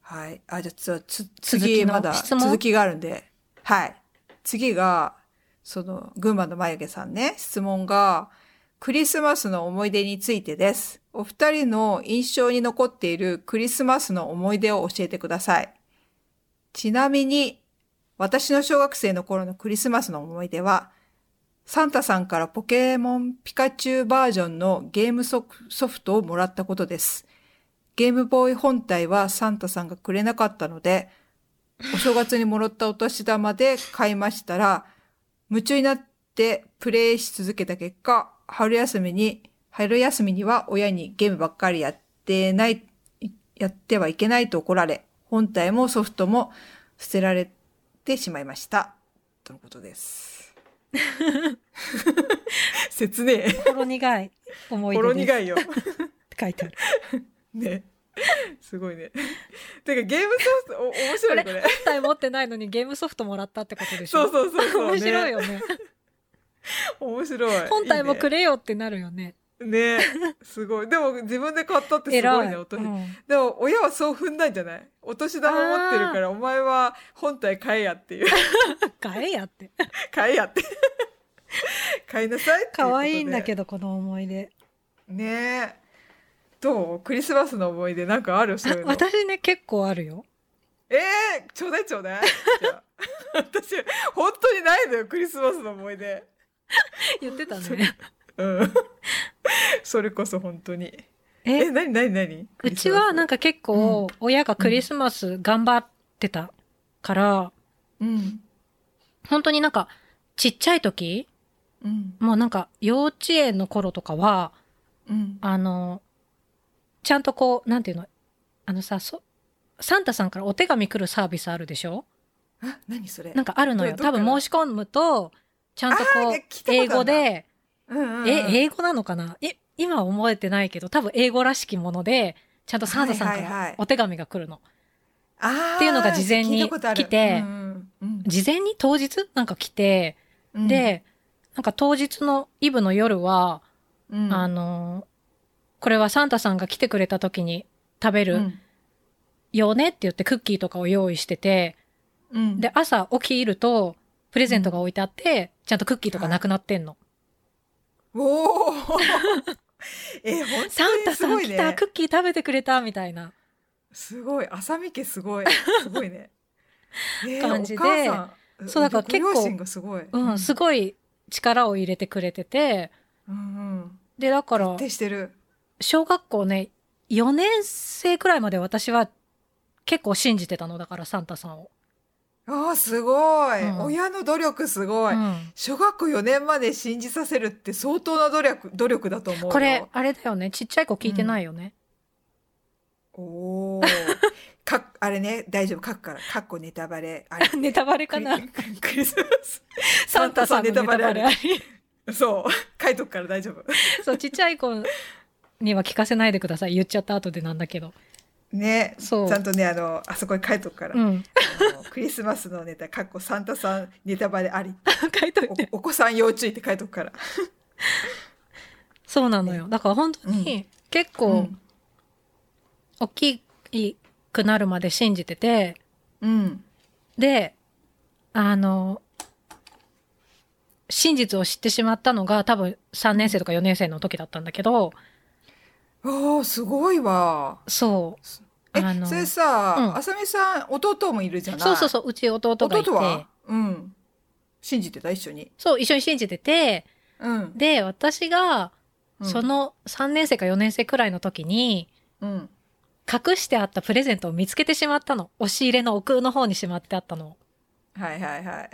S1: はい。あ、じゃあつ、つ、
S2: 続
S1: 次
S2: きの
S1: まだ
S2: 質問
S1: 続きがあるんで。はい。次が、その、群馬の眉毛さんね、質問が、クリスマスの思い出についてです。お二人の印象に残っているクリスマスの思い出を教えてください。ちなみに、私の小学生の頃のクリスマスの思い出は、サンタさんからポケモンピカチュウバージョンのゲームソフソフトをもらったことです。ゲームボーイ本体はサンタさんがくれなかったので、お正月にもらったお年玉で買いましたら、夢中になってプレイし続けた結果、春休みに、春休みには親にゲームばっかりやってない、やってはいけないと怒られ、本体もソフトも捨てられてしまいました。とのことです。切ねえ。
S2: ほろ苦い思い
S1: ほろ
S2: 出ですっ
S1: 苦いよ。
S2: て書いてある。
S1: ね。 すごいね。てかゲームソフト、お、面白いねこれ。
S2: 本体持ってないのにゲームソフトもらったってことでしょ
S1: そうそうそうそう、ね。
S2: 面白い。よね。
S1: 面白い。
S2: 本体もく
S1: れ。
S2: れよってなるよね。
S1: ね。すごい。でも自分で買ったってすご
S2: 偉
S1: い
S2: い。
S1: ね、お年。
S2: うん
S1: でも親はそう踏んないんじゃないお年玉持ってるから、お前は本体買えやっていう。
S2: 買えやって。
S1: 買えやって。 買いなさいっていうことで。
S2: 可愛いんだけど、この思い出。
S1: ど。ねどうクリスマスの思い出なんかあるそういうの。
S2: 私ね、結構あるよ。
S1: えー、ちょうだいちょうだい。じゃあ 私、本当にないのよ、クリスマスの思い出。
S2: 言ってたね。
S1: うん。 それこそ本当に。え、
S2: え、
S1: なになになに
S2: うちはなん
S1: か、
S2: か結構、親がクリスマス頑張ってたから、
S1: うん。
S2: 本当になんか、ちっちゃい時、
S1: うん。
S2: もうなんか、幼稚園の頃とかは、
S1: うん。
S2: あの、ちゃんとこう、なんていうの、あのさ、そ、サンタさんからお手紙来るサービスあるでしょ
S1: あ、なにそれ
S2: なんかあるのよ。
S1: どど
S2: 多
S1: っか
S2: 分
S1: ら
S2: 申し込むと、ちゃんと
S1: あー
S2: こ
S1: ね
S2: う
S1: 聞い、たことあ
S2: 英
S1: るな
S2: 語で、
S1: うんうんうん、
S2: え、英語なのかなえ、今は覚えてないけど、多分英語らしきもので、ちゃんとサンタさんか
S1: はいはいは
S2: ら
S1: い
S2: お手紙が来るの。
S1: あー
S2: っていうのが事前に
S1: 聞いたことある
S2: 来て
S1: うんうん
S2: 事前に当日なんか来て、
S1: うん、
S2: で、なんか当日のイブの夜は、
S1: うん、
S2: あの、これはサンタさんが来てくれた時に食べ
S1: う
S2: る
S1: ん
S2: よねって言ってクッキーとかを用意してて、
S1: うん、
S2: で、朝起きると、プレゼントが置いてあって、ちゃんとクッキーとかなくなってんの。
S1: おー え、本当に
S2: サンタ
S1: す
S2: さ
S1: ご
S2: ん
S1: い
S2: 来た、
S1: ね。
S2: クッキー食べてくれた、みたいな。
S1: すごい、浅見家すごい、すごい ね。えー、
S2: 感じで
S1: お母さん
S2: そうだから結構
S1: ご両親がすごい。
S2: うん、す
S1: ごい。
S2: ごい力を入れてくれてて、
S1: うんうん。
S2: で、だから
S1: 徹、底してる。
S2: 小学校ね、4年生くらいまで私は結構信じてたの、だからサンタさんを。
S1: ああ、すごい、
S2: うん
S1: 親の努力すごい。
S2: うん
S1: 小学校4年まで信じさせるって相当な努力、努力だと思うよ。
S2: これ、あれだよね。ちっちゃい子聞いてないよね。
S1: おお。か、あれね、大丈夫、書くから。かっこネタバレ。あれ
S2: ネタバレかな
S1: クリクリスマス。
S2: サンタさんのネタバレあ
S1: サ
S2: り
S1: ンタさんネタバレあ。そう。書いとくから大丈夫。
S2: そう、ちっちゃい子には聞かせないでください。言っちゃった後でなんだけど。
S1: ね。
S2: そう
S1: ちゃんとね、あの、あそこに書いとくから。
S2: う
S1: あ
S2: ん。
S1: のクリスマスのネタ、かっこサンタさんネタバレあり。
S2: 書いといて。
S1: おお子さん要注意って書いとくから。
S2: そうなのよ。だから本当に結
S1: う
S2: 構
S1: ん
S2: 大きくなるまで信じてて、
S1: うん。
S2: で、あの、真実を知ってしまったのが多分3年生とか4年生の時だったんだけど、
S1: ああ、すごいわ。
S2: そう。
S1: え
S2: あ、の
S1: それさ、
S2: うん
S1: あさみさん、弟もいるじゃない
S2: そうそうそう、うち弟がいて
S1: 弟、はうん。信じてた、一緒に。
S2: そう、一緒に信じてて、
S1: うん。
S2: で、私が、
S1: うん
S2: そ、の3年生か4年生くらいの時に、
S1: うん。
S2: 隠してあったプレゼントを見つけてしまったの。押し入れの奥の方にしまってあったの。
S1: はいはい はい。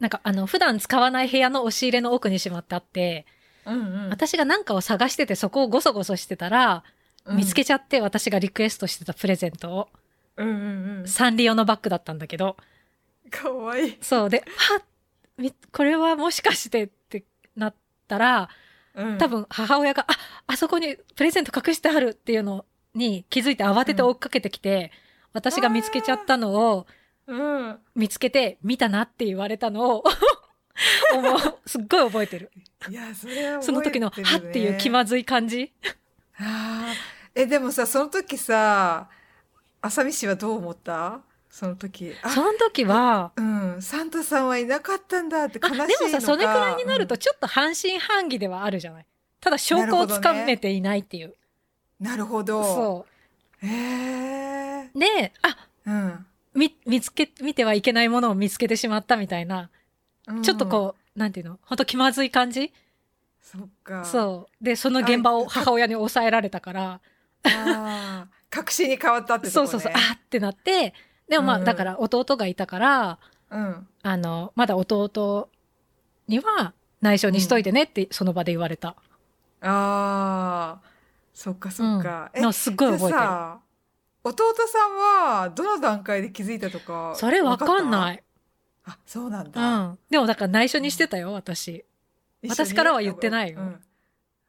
S2: なんかあの、普段使わない部屋の押し入れの奥にしまってあって、
S1: うんうん
S2: 私がなんかを探しててそこをゴソゴソしてたら、見つけちゃって私がリクエストしてたプレゼントを、
S1: うんうんうん。
S2: サンリオのバッグだったんだけど、
S1: かわいい。
S2: そうで、はっみこれはもしかしてってなったら、
S1: うん
S2: 多。分母親が、あ、あそこにプレゼント隠してあるっていうのに気づいて慌てて追っかけてきて、私が見つけちゃったのを、
S1: うん。
S2: 見つけて、見たなって言われたのを、 思うすっごい覚えてる。
S1: いや、それは覚えてるね
S2: その時の、はっていう気まずい感じ。
S1: あーえ、でもさ、その時さ、浅見氏はどう思ったその時。あ
S2: その時は、
S1: うん、サンタさんはいなかったんだって
S2: あ
S1: 悲し
S2: で
S1: いのか
S2: もさそれくらいになるとちょっと半信半疑ではあるじゃないただ証拠をつかめていないっていう、
S1: うんなるほど
S2: そ
S1: へえ
S2: うであ
S1: うん
S2: み見つけ見てはいけないものを見つけてしまったみたいな、
S1: うん
S2: ちょっとこうなんていうのほんと気まずい感じ、
S1: そっか
S2: そうでその現場を母親に抑えられたから、
S1: あー 確信に変わったってとこ、
S2: そう
S1: ね、
S2: そうそうあってなってでもまあ、
S1: うん
S2: だから弟がいたから
S1: うん
S2: あのまだ弟には内緒にしといてねってその場で言われた、
S1: あーそっかそっか、
S2: うん、のすっごい覚えて
S1: じ
S2: る
S1: ゃあさ弟さんはどの段階で気づいたとか
S2: それわかん
S1: わ
S2: な
S1: っ
S2: い
S1: たあそうなん
S2: う
S1: だ、
S2: ん。でもだから内緒にしてたよ、私。私からは言ってないよ
S1: うん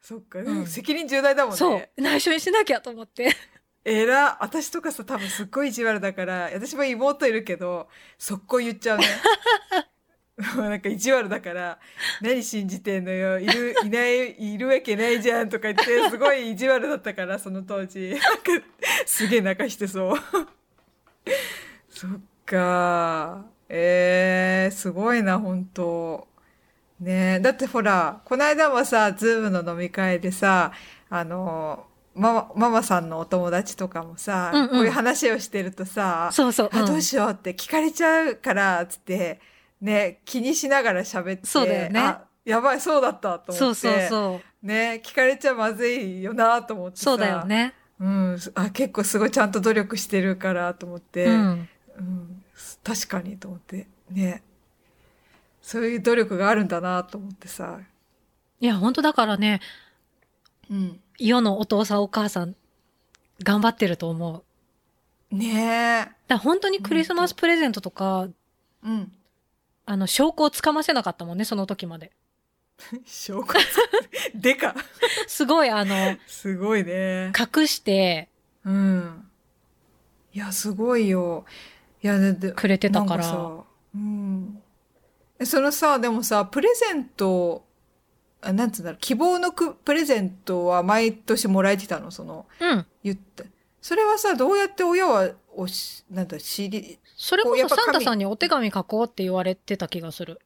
S1: そっか、
S2: ん
S1: うん責任重大だもんね
S2: そう。内緒にしなきゃと思って。
S1: えら、私とかさ、多分すっごい意地悪だから、私も妹いるけど、速攻言っちゃうね。もうなんか意地悪だから、何信じてんのよ、いる、いない、いるわけないじゃんとか言って、すごい意地悪だったから、その当時。なんか、すげえ泣かしてそう。そっか。えー、すごいな、本当ねえ、だってほら、この間もさ、ズームの飲み会でさ、あの、ママ、ママさんのお友達とかもさ、
S2: うんうん
S1: こういう話をしてるとさ、
S2: そうそう。
S1: あ、
S2: ん
S1: どうしようって聞かれちゃうから、つって、ね、気にしながら喋って、
S2: そうだよね
S1: あ、やばい、そうだったと思って、
S2: そうそうそう。
S1: ね、聞かれちゃまずいよなと思ってさ、
S2: そうだよね。
S1: うん、あ、結構すごいちゃんと努力してるからと思って、
S2: うん。
S1: うん、確かにと思って、ね。そういう努力があるんだなと思ってさ。
S2: いや、本当だからね、
S1: うん。
S2: 世のお父さんお母さん、頑張ってると思う。
S1: ねえ。
S2: だから本当にクリスマスプレゼントとか、
S1: うん。
S2: あの、証拠をつかませなかったもんね、その時まで。
S1: 証拠。でか。
S2: すごい、あ の、
S1: すごいね。
S2: 隠して
S1: うん。いや、すごいよ。いや、だって
S2: くれてたか
S1: なん
S2: ら。
S1: さ、うん。えそのさ、でもさ、プレゼント、あなんつうんだろう、希望のくプレゼントは毎年もらえてたのその、
S2: うん。
S1: 言った。それはさ、どうやって親は、おし、なんだ、知り、
S2: それこ
S1: こうや
S2: そ
S1: っぱ
S2: サン
S1: 神
S2: タさんにお手紙書こうって言われてた気がする。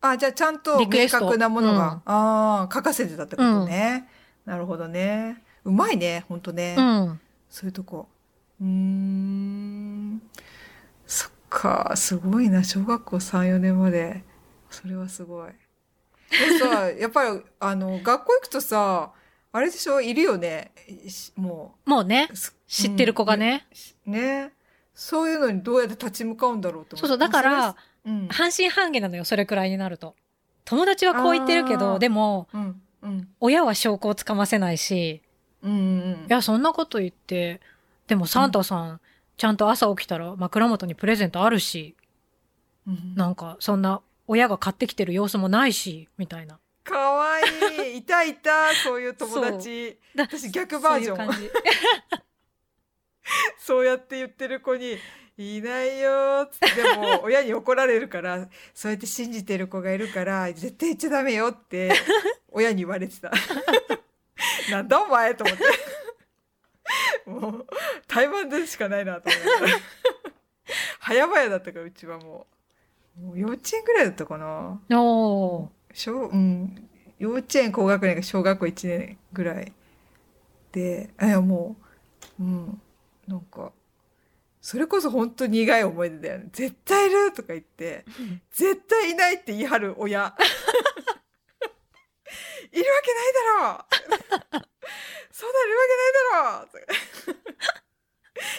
S1: あ、じゃあちゃんと
S2: リク
S1: 明
S2: エスト
S1: 確なもの
S2: う
S1: が
S2: ん、
S1: ああ、書かせてたってことね。なるほどね。うまいね、ほんとね。
S2: うん。
S1: そういうとこ。うーん。そっか、すごいな。小学校3、4年まで。それはすごい。でさ、 やっぱり、あの、学校行くとさ、あれでしょいるよね。しも
S2: もうね
S1: う、、す
S2: 知ってる子が。ね。
S1: うんね。そういうのにどうやって立ち向かうんだろうと思
S2: そうそう、だから、、
S1: うん。
S2: 半信半疑なのよそれくらいになると友達はこう言ってるけ
S1: あー
S2: どでも
S1: うん。うん。
S2: 親は証拠をつかませないし
S1: うんうん
S2: い。やそんなこと言ってでもサンタさん、ちゃんと朝起きたら枕元にプレゼントあるし
S1: うん
S2: なんかそんな親が買ってきてる様子もないしみたいな
S1: かわいい。いたいた。そういう友達。
S2: だ
S1: 私逆バージョン
S2: そういう感じ
S1: そうやって言ってる子に、いないよーっつって、でも、親に怒られるから、そうやって信じてる子がいるから、絶対言っちゃダメよって、親に言われてた。なんだお前と思って。もう、怠慢でしかないなと思って。早々だったから、うちはもう。もう幼稚園ぐらいだったかな。
S2: おー
S1: 小、うん、幼稚園高学年が小学校1年ぐらいで、いやもう、うん、なんか、それこそ本当に苦い思い出だよね。絶対いるとか言って、絶対いないって言い張る 親。いるわけないだろうそんなんいるわけないだろう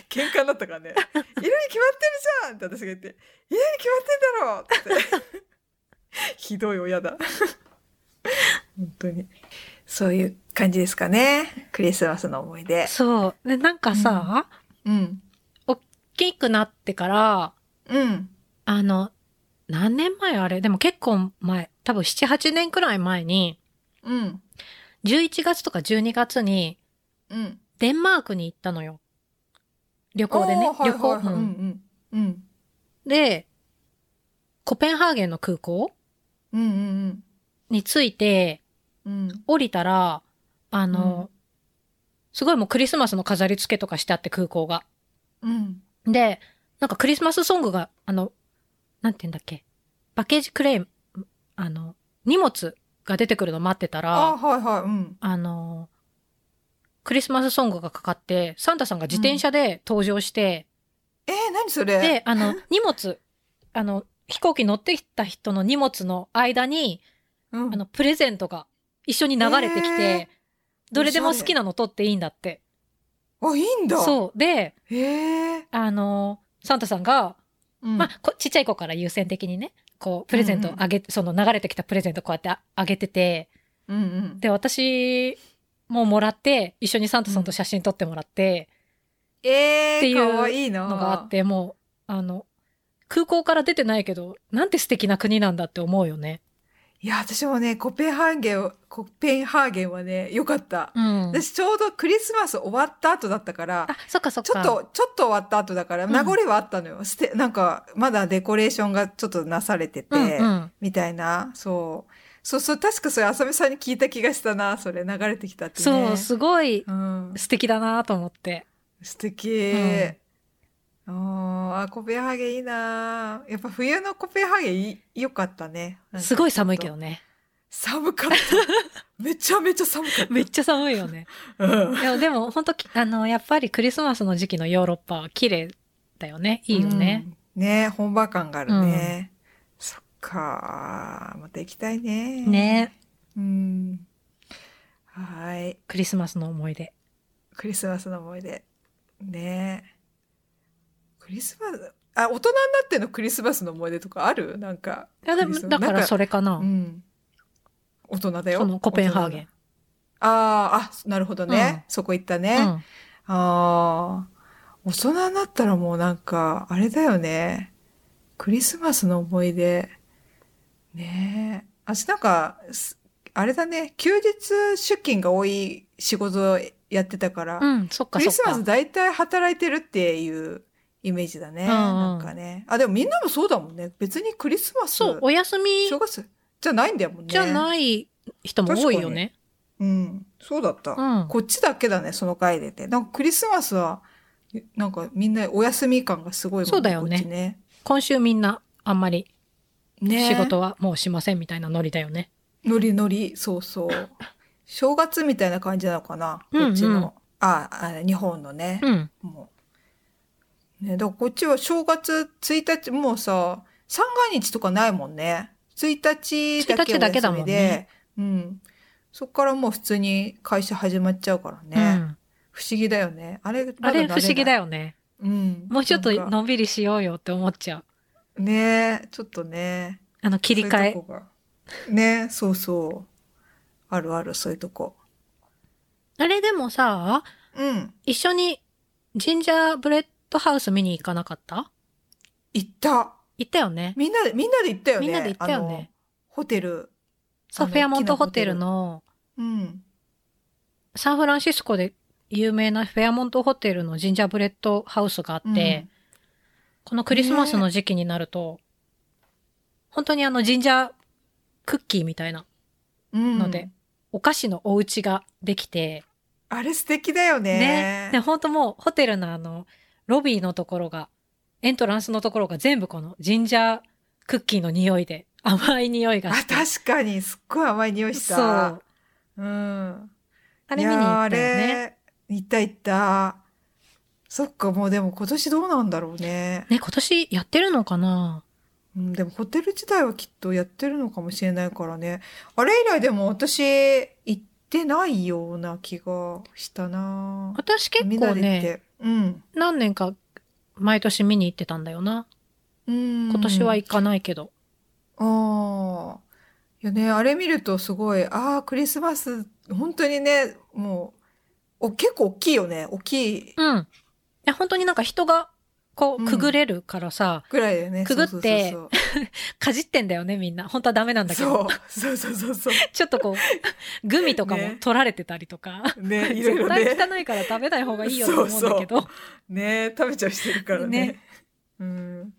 S1: 喧嘩になったからね。いるに決まってるじゃんって私が言って、いるに決まってんだろうって。ひどい親だ。本当に。そういう感じですかね。クリスマスの思い出。
S2: そうでなんかさ、
S1: うん。
S2: 大きくなってから
S1: うん。
S2: あの何年前あれでも結構前多分78年くらい前に
S1: うん。
S2: 11月とか12月に
S1: うん。
S2: デンマークに行ったのよ。旅行でね
S1: お。ーはい
S2: 旅行、
S1: はいはい
S2: う
S1: うん
S2: ん
S1: うん。うん。
S2: で、コペンハーゲンの空港
S1: うんうん
S2: に着いて、
S1: うん。うん。
S2: 降りたら、あの、
S1: う
S2: すごいもうクリスマスの飾り付けとかしてあって空港が。
S1: うん。
S2: で、なんかクリスマスソングが、あの、なんて言うんだっけ、パッケージクレーム、あの、荷物が出てくるの待ってたら、
S1: あ、
S2: あ
S1: はいはい。うん。
S2: の、クリスマスソングがかかって、サンタさんが自転車で登場して、
S1: えー、何それ
S2: で、あの、荷物、あの、飛行機乗ってきた人の荷物の間に、
S1: うん
S2: あの、プレゼントが一緒に流れてきて、
S1: え
S2: どれでも好きなの取っていいんだって。
S1: あ、いいんだ。
S2: そう。で、
S1: う。へえ。
S2: あの、サンタさんが、
S1: うん
S2: まあ、こちっちゃい子から優先的にね、こう、プレゼントをあげ、その流れてきたプレゼントこうやってああげてて、
S1: うんうん。
S2: で、私ももらって、一緒にサンタさんと写真撮ってもらって、
S1: え
S2: ってい
S1: ー、
S2: う
S1: かわいいな。
S2: のがあって、もう、あの、空港から出てないけど、なんて素敵な国なんだって思うよね。
S1: いや、私もね、コペンハーゲン、コペンハーゲンはね、よかった。
S2: うん。
S1: 私ちょうどクリスマス終わった後だったから、
S2: あ、そっかそっ
S1: ちょ
S2: か。
S1: っと、ちょっと終わった後だから、
S2: うん
S1: 名残はあったのよ。して、なんか、まだデコレーションがちょっとなされてて、
S2: うんうん。
S1: みたいな、そう。そうそう、確かそれ、浅見さんに聞いた気がしたな、それ、流れてきたってね。
S2: そう、すごい
S1: うん。
S2: 素敵だなと思って。
S1: 素敵。
S2: うん
S1: あーあ、コペンハーゲンいいな。やっぱ冬のコペンハーゲンいい良かったね。なんか
S2: すごい寒いけどね。
S1: 寒かっ た。めちゃめちゃ寒かった。
S2: めっちゃ寒いよ ね。
S1: うん
S2: いやでも本当あのやっぱりクリスマスの時期のヨーロッパは綺麗だよねいいよね、
S1: うん。ね本場感があるね。そっかまた行きたいね。
S2: ね。
S1: うん。はーい。
S2: クリスマスの思い出
S1: クリスマスの思い出。ねクリスマス、あ、大人になってのクリスマスの思い出とかあるなんか。
S2: いやで
S1: ク
S2: も
S1: リスマ
S2: だ
S1: ス
S2: からそれかな
S1: うん。大人だよ。
S2: そのコペンハーゲ
S1: 大人
S2: ン、
S1: だあーあ、なるほどね。そこ行ったね。
S2: うん、
S1: ああ、大人になったらもうなんか、あれだよね。クリスマスの思い出。ねえ。私なんか、すあれだね。休日出勤が多い仕事をやってたから、
S2: うん、そっ
S1: ク
S2: か
S1: リ
S2: そっ
S1: スマ
S2: か
S1: ス大体働いてるっていうイメージだね。
S2: うんうん
S1: なんかね。あ、でもみんなもそうだもんね。別にクリスマス、
S2: そうお休み
S1: 正月じゃないんだよもんね。
S2: じゃない人も多いよね
S1: うん。そうだった。
S2: うん
S1: こっちだけだね、その回でて。なんかクリスマスは、なんかみんなお休み感がすごいもん
S2: そうだよね
S1: こっちね。
S2: 今週みんなあんまり
S1: ね
S2: 仕事はもうしませんみたいなノリだよね
S1: ノリノリ、そうそう。正月みたいな感じなのかな、
S2: うんうん
S1: こっちの。あ、あ日本のね。
S2: うん
S1: もう。ね、だからこっちは正月1日、もうさ、三が日とかないもんね。1日だけ
S2: 1日だけだ
S1: お
S2: も
S1: 休
S2: ん
S1: み
S2: ね
S1: で、うん。そっからもう普通に会社始まっちゃうからね。
S2: うん、
S1: 不思議だよね。あれ、
S2: あれ不思議だ
S1: よ。
S2: よね
S1: うん。
S2: もうちょっと
S1: なんか
S2: のんびりしようよって思っちゃう
S1: ねえ、ちょっとね。
S2: あの切り替え
S1: そういうとこが。ねえ、そうそう。あるある、そういうとこ。
S2: あれでもさ
S1: うん。
S2: 一緒にジンジャーブレッドハウス見に行かなかった
S1: 行った。
S2: 行ったよね。
S1: みんなで、みんなで行ったよね。
S2: みんなで行ったよ
S1: あの
S2: ね。。
S1: ホテル。
S2: ソフェアモントホテルの
S1: うん。
S2: サンフランシスコで有名なフェアモントホテルのジンジャーブレッドハウスがあって、
S1: うん
S2: このクリスマスの時期になると、本当にあのジンジャークッキーみたいな
S1: うん
S2: ので、お菓子のお家ができて、
S1: あれ素敵だよね
S2: ね。。で、本当もうホテルのあの、ロビーのところが、エントランスのところが全部このジンジャークッキーの匂いで、 甘い匂いが
S1: あ、
S2: して。
S1: 確かに、すっごい甘い匂いし
S2: そう。
S1: た
S2: あ。
S1: うん。
S2: れ見に行ったよ
S1: いやーあ
S2: ね。
S1: れ行った行った。そっか、もうでも今年どうなんだろうね。
S2: ね、今年やってるのかな
S1: うん、でもホテル自体はきっとやってるのかもしれないからね。あれ以来でも私行ってないような気がしたな。
S2: 私結
S1: みんな
S2: 構
S1: で行っ
S2: ね、
S1: て。うん。
S2: 何年か毎年見に行ってたんだよな。
S1: うん。
S2: 今年は行かないけど。
S1: ああ。いやね、あれ見るとすごい、ああ、クリスマス、本当にね、もう、お、結構大きいよね。大きい
S2: うん。いや、本当になんか人が、こ
S1: う
S2: う、
S1: ん
S2: くぐれるからさ、
S1: ぐらいだよね。
S2: くぐってかじってんだよね、みんな。本当はダメなんだけど。
S1: そうそうそうそう。そうそうそうそ
S2: ちょっとこ う、グミとかも
S1: ね
S2: 取られてたりとか。
S1: う。 ね、いろい
S2: 絶
S1: ろ
S2: 対
S1: ね。
S2: 汚いから食べない方がいいよと思うんだけど。
S1: ね食べちゃうしてるからね。
S2: ね
S1: うん。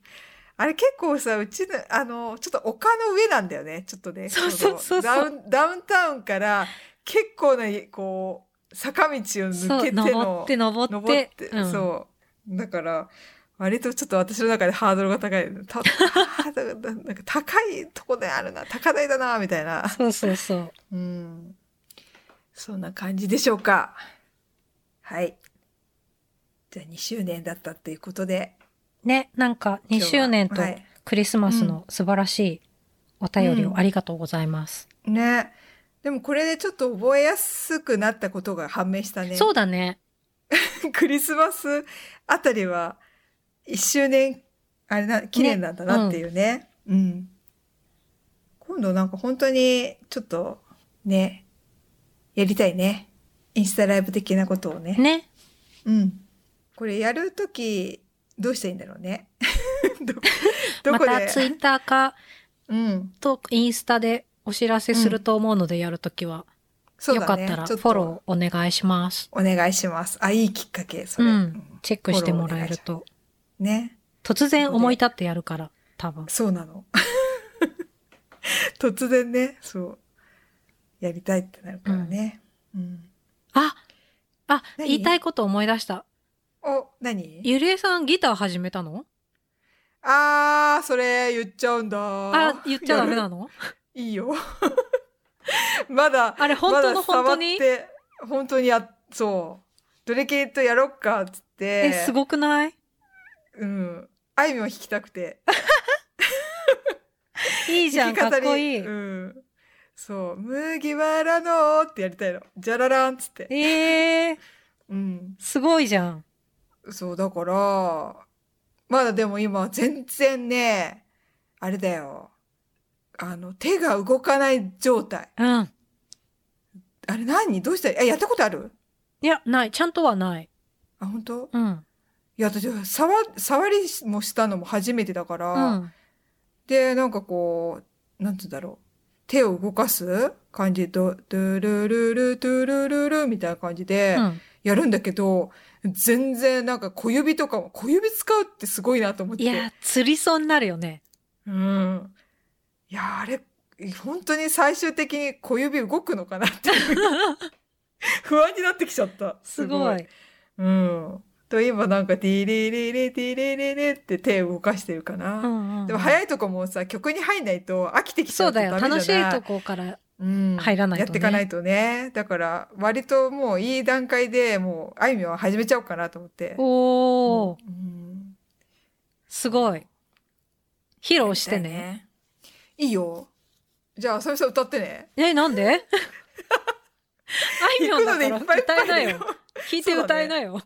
S1: あれ結構さ、うちの、あの、ちょっと丘の上なんだよね、ちょっとね。
S2: そうそうそうそう
S1: このダウン、ダウンタウンから結構な、こう、坂道を抜
S2: そう、
S1: けて
S2: 登
S1: の
S2: っ、て登って。
S1: 登って、
S2: うん
S1: そう。だから、割とちょっと私の中でハードルが高い。た ハードルがなんか高いとこであるな、高台だな、みたいな。
S2: そうそうそう。
S1: うん。そんな感じでしょうか。はい。じゃあ2周年だったっていうことで。
S2: ね、なんか2
S1: 今日は
S2: 周年と
S1: はい
S2: クリスマスの素晴らしいお便りをありがとうございます。
S1: ね。でもこれでちょっと覚えやすくなったことが判明したね。
S2: そうだね。
S1: クリスマスあたりは1周年あれな記念なんだなっていうねうん、今度なんか本当にちょっとねやりたいねインスタライブ的なことをね
S2: ね。
S1: うんこれやるときどうしたらいいんだろうね どど
S2: ま
S1: こで、
S2: たツイッターか
S1: うん
S2: とインスタでお知らせすると思うのでやるときは、
S1: そう
S2: よか
S1: だ
S2: っ
S1: ね
S2: たら
S1: ちょ
S2: フ
S1: っ
S2: ォ
S1: と
S2: ローお願いします。
S1: お願いしますあいいきっかけそれ、
S2: うん
S1: うん
S2: チェックしてもらえると。
S1: ね
S2: 突然思い立ってやるから、多分。
S1: そうなの。 突然ね、そう。やりたいってなるからね。うん。
S2: ああ、
S1: 何
S2: 言いたいこと思い出した。
S1: お、何
S2: ゆりえさんギター始めたの
S1: あー、それ言っちゃうんだ。
S2: あ、言っちゃダメなの
S1: いいよ。 まだ、
S2: あれ本当
S1: ま
S2: の
S1: だ触
S2: 本当に
S1: って、本当にや、そう。ドリキンとやろっか、つって。
S2: え、すごくない
S1: うん。あいみょん弾きたくて。
S2: いいじゃん、か
S1: 弾
S2: っ
S1: き語
S2: こ
S1: り
S2: いい。
S1: うん。そう。麦わらのってやりたいの。じゃららんっつって。
S2: ええー、
S1: うん。
S2: すごいじゃん。
S1: そう、だから、まだでも今、全然ね、あれだよ。あの、手が動かない状態。
S2: うん。
S1: あれ何どうしたらえ、やったことある
S2: いや、ない。ちゃんとはない。
S1: あ、本当い
S2: うん。
S1: や、私、触、触りもしたのも初めてだから、
S2: うん。
S1: で、なんかこう、なんつうんだろう。手を動かす感じと、ドゥルルル、トゥルルルみたいな感じで
S2: う、ん。
S1: やるんだけど、全然なんか小指とかも、小指使うってすごいなと思っ
S2: い
S1: て。
S2: や、釣りそうになるよね。
S1: うん。いや、あれ、本当に最終的に小指動くのかなって いう不安になってきちゃった。
S2: すごい。。
S1: うん。と、今なんか、ディリリリ、ディリリリって手を動かしてるか
S2: う
S1: な。
S2: んうん。
S1: でも
S2: い。
S1: 早いとこもさ、曲に入んないと飽きてきちゃ
S2: そう
S1: うと
S2: だ
S1: ダメじ
S2: よ。
S1: ゃない
S2: 楽しいとこから。
S1: うん
S2: 入らないとね
S1: やっていかないとね。だから、割ともういい段階でもう、あいみょんは始めちゃおうかなと思って。
S2: おー、
S1: うん
S2: すごい。披露して
S1: だよ
S2: ね。
S1: いいよ。じゃあ、浅見さん歌ってね。
S2: え、なんで あいみょんだから
S1: 弾くのでいっぱ
S2: 歌
S1: いいっぱい
S2: えない
S1: だ
S2: よ
S1: よ。
S2: 弾いて歌えないよ。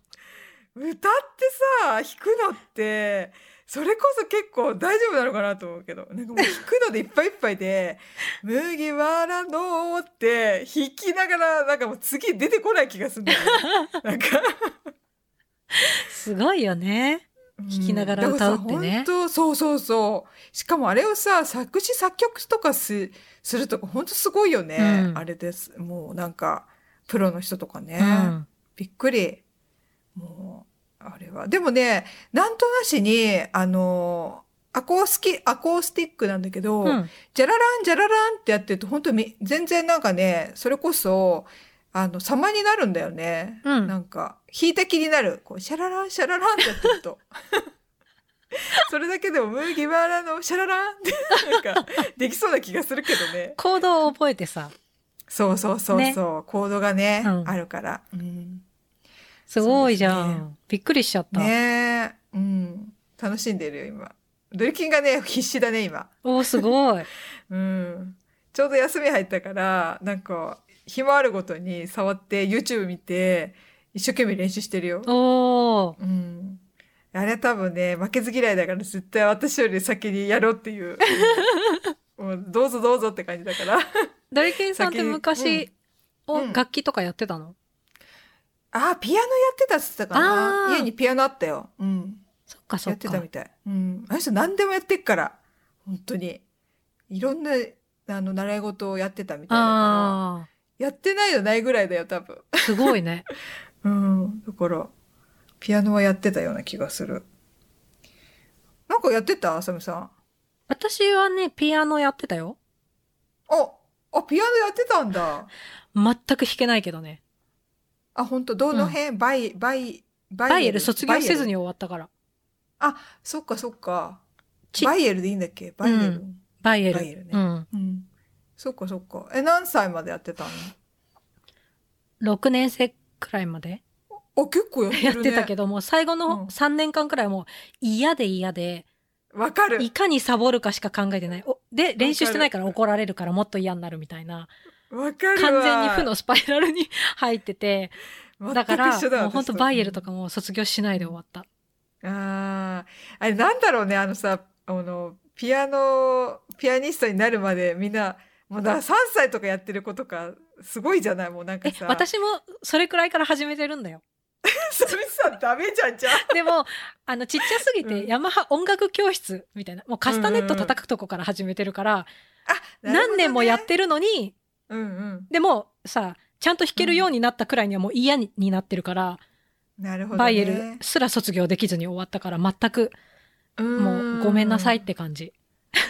S1: 歌ってさ、弾くのって、それこそ結構大丈夫なのかなと思うけど、なんかもう弾くのでいっぱいいっぱいで、 麦わらのって弾きながら、なんかもう次出てこない気がするんだよ ね。なんか、
S2: すごいよね。弾きながら歌うって
S1: だ
S2: ね
S1: からさ本当、そうそうそう。しかもあれをさ、作詞作曲とかすするとか、本当すごいよね。
S2: うん
S1: あれです。もうなんか、プロの人とかね。
S2: うん。
S1: びっくり。もう、あれは。でもね、なんとなしに、あの、アコースキ、アコースティックなんだけど、
S2: うん。
S1: ジャララン、ジャラランってやってると、本当み、全然なんかね、それこそ、あの、様になるんだよね。
S2: うん
S1: なんか、弾いた気になる。こう、シャララン、シャラランってやってる と。それだけでも、麦わらのシャラランって、なんか、できそうな気がするけ どね。
S2: 行動を覚えてさ。
S1: そうそうそうそう、
S2: ね
S1: コードがね、
S2: うん
S1: あるから。うん
S2: すごいじゃ。
S1: そうんです
S2: びっくりしちゃった。
S1: ねえ、うん。楽しんでるよ、今。ドリキンがね、 必死だね、今。
S2: おー、す ごい。
S1: うん。ちょうど休み入ったから、なんか、暇あるごとに触って、YouTube 見て、一生懸命練習してるよ。
S2: おー。
S1: うん。あれ多分ね、負けず嫌いだから、絶対私より先にやろうって いう。もう、どうぞどうぞって感じだから。
S2: ドリキンさんって昔
S1: 先、うん
S2: お
S1: うん
S2: 楽器とかやってたの
S1: ああ、ピアノやってたっつってたか
S2: あ
S1: な。
S2: ー
S1: 家にピアノあったよ。うん。
S2: そっかそ
S1: や
S2: っ
S1: ってた
S2: か
S1: み。たい。うん。あの人何でもやってっから。本当に。いろんな、あの、習い事をやってたみたいだか
S2: あ
S1: ら。やってないのないぐらいだよ、多分。
S2: あ、すごいね。
S1: うん。だから、ピアノはやってたような気がする。なんかやってたあさみさん。
S2: 私はね、ピアノやってたよ。
S1: あ、あ、ピアノやってたんだ。
S2: 全く弾けないけどね。
S1: あ、本当どの辺、バイ、バイ、
S2: バ
S1: バ
S2: イエル卒業せずに終わったから。
S1: そっかそっか
S2: ち
S1: バイエルでいいんだっけバイエル、
S2: うバイエル。
S1: バイエルね
S2: うん。
S1: うんそっかそっかえ何歳までやってたの
S2: 6年生くらいまで
S1: あ結構やってる、ね、
S2: やってたけど、もう最後
S1: う
S2: の
S1: ん
S2: 3年間くらいはもう嫌で嫌で、
S1: どわかる
S2: いかにサボるかしか考えてない。おで、練習してないから怒られるからもっと嫌になるみたいな。
S1: わかるわ
S2: 完全に負のスパイラルに入っ てて。だから、
S1: 全く一緒だ
S2: もう本
S1: 私と
S2: 当バイエルとかも卒業しないで終わった。
S1: ああ、あれなんだろうね、あのさ、あの、ピアノ、ピアニストになるまでみんな、もうだ、3歳とかやってる子とか、すごいじゃないもうなんか
S2: え、
S1: さ、
S2: 私もそれくらいから始めてるんだよ。
S1: それさ、ダメじゃん、じゃあ。
S2: でも、あの、ちっちゃすぎ
S1: う
S2: て、
S1: ん
S2: ヤマハ音楽教室みたいな、もうカスタネット叩くとこから始めてるから、
S1: あ、なるほど
S2: 何年もや
S1: ね。
S2: ってるのに、
S1: うんうん。
S2: でもさ、ちゃんと弾けるようになったくらいにはもう嫌になってるから、
S1: なるほど
S2: バイエ
S1: ね
S2: ル。すら卒業できずに終わったから、全く
S1: う
S2: も
S1: ん
S2: うごめんなさいって感じ。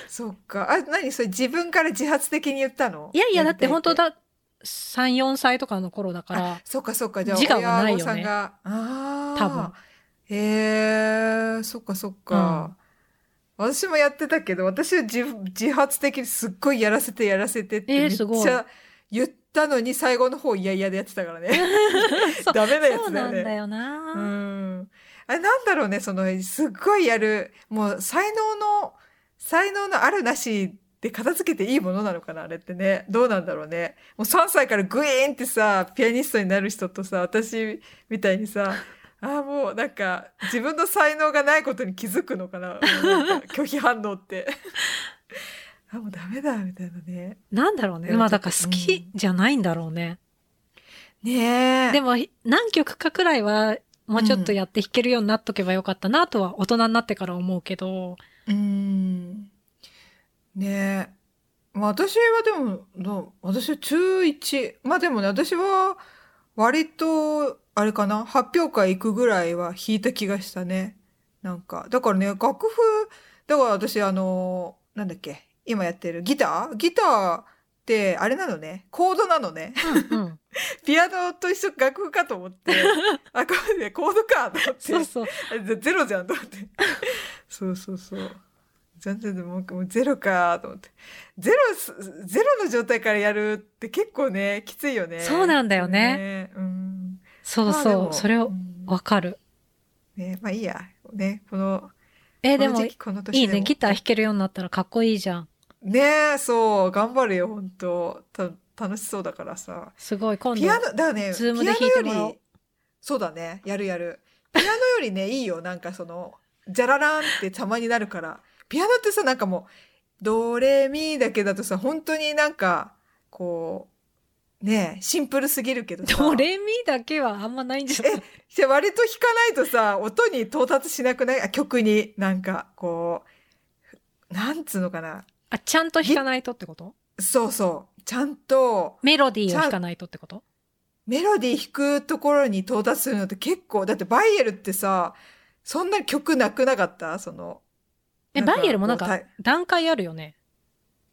S1: そっか。あ、何それ自分から自発的に言ったの
S2: いやいや、だって本当
S1: やり
S2: だ、3、4歳とかの頃だか
S1: たいって。あ
S2: ら、、
S1: そっかそっか。じゃあ、
S2: 自我はないよ
S1: 親御
S2: ね
S1: さんが、ああ、
S2: 多分。
S1: へえそっかそっか。私もやってたけど、私は自自発的にすっごいやらせてやらせてって
S2: えー
S1: めっ
S2: すごい
S1: ちゃ言ったのに最後の方いやいやでやってたからね。
S2: そ う
S1: ダメなや
S2: そう
S1: つだ
S2: な
S1: よ
S2: んだ
S1: ね。
S2: よ
S1: う
S2: な、
S1: ん。あれなんだろうね、その、すっごいやる、もう才能の、才能のあるなしで片付けていいものなのかな、あれってね。どうなんだろうね。もう3歳からグイーンってさ、ピアニストになる人とさ、私みたいにさ、ああ、もうなんか、自分の才能がないことに気づくのかな。もうなんか拒否反応って。あ、もうダメだ、みたいなね。
S2: なんだろうね。まあだから好きじゃないんだろうね。
S1: ねえ。
S2: でも、何曲かくらいは、もうちょっとやって弾けるようになっとけばよかったなとは、大人になってから思うけど、
S1: うーん。ねえ。まあ私はでも、どう私は中1。まあでもね、私は割と、あれかな、発表会行くぐらいは弾いた気がしたね。なんか。だからね、楽譜、だから私あの、なんだっけ、今やってるギターギターって、あれなのね、コードなのね。
S2: うん。
S1: ピアノと一緒楽譜かと思って、あ、これね、コードかと思って。
S2: そうそう。
S1: あゼゼロじゃんと思ってそうそうそう全然でももうゼロかと思ってゼロすゼロの状態からやるって結構ねきついよね
S2: そうなんだよね
S1: うん
S2: そう
S1: まあで
S2: そ
S1: も
S2: う。それを
S1: う、ん
S2: わかる。
S1: ねまあいいやねこの
S2: え、
S1: こ
S2: で
S1: の
S2: も、
S1: 時
S2: い
S1: 期この年
S2: い
S1: でも
S2: ね。ギター弾けるようになったらかっこいいじゃん。
S1: ねそう頑張るよ本当た楽しそうだからさ
S2: すごい、今
S1: ピ
S2: 度
S1: ア。ノだよね
S2: ズーム
S1: ピ
S2: で
S1: ア
S2: 弾い
S1: ノよ
S2: てもらおう
S1: りそうだねやるやるピアノよりねいいよなんかそのじゃららんってたまになるからピアノってさなんかもうドレミだけだとさ本当になんかこうねえシンプルすぎるけどさ
S2: ドレミだけはあんまないんじゃない
S1: じゃあ割と弾かないとさ音に到達しなくないあ曲になんかこうなんつうのかな
S2: あ、ちゃんと弾かないとってこと
S1: そうそうちゃんと
S2: メロディーを弾かないとってこと
S1: メロディー弾くところに到達するのって結構、だってバイエルってさ、そんな曲なくなかったその。
S2: え、
S1: なんか
S2: バイエルもなん
S1: こう
S2: か
S1: た
S2: 段階あるよね。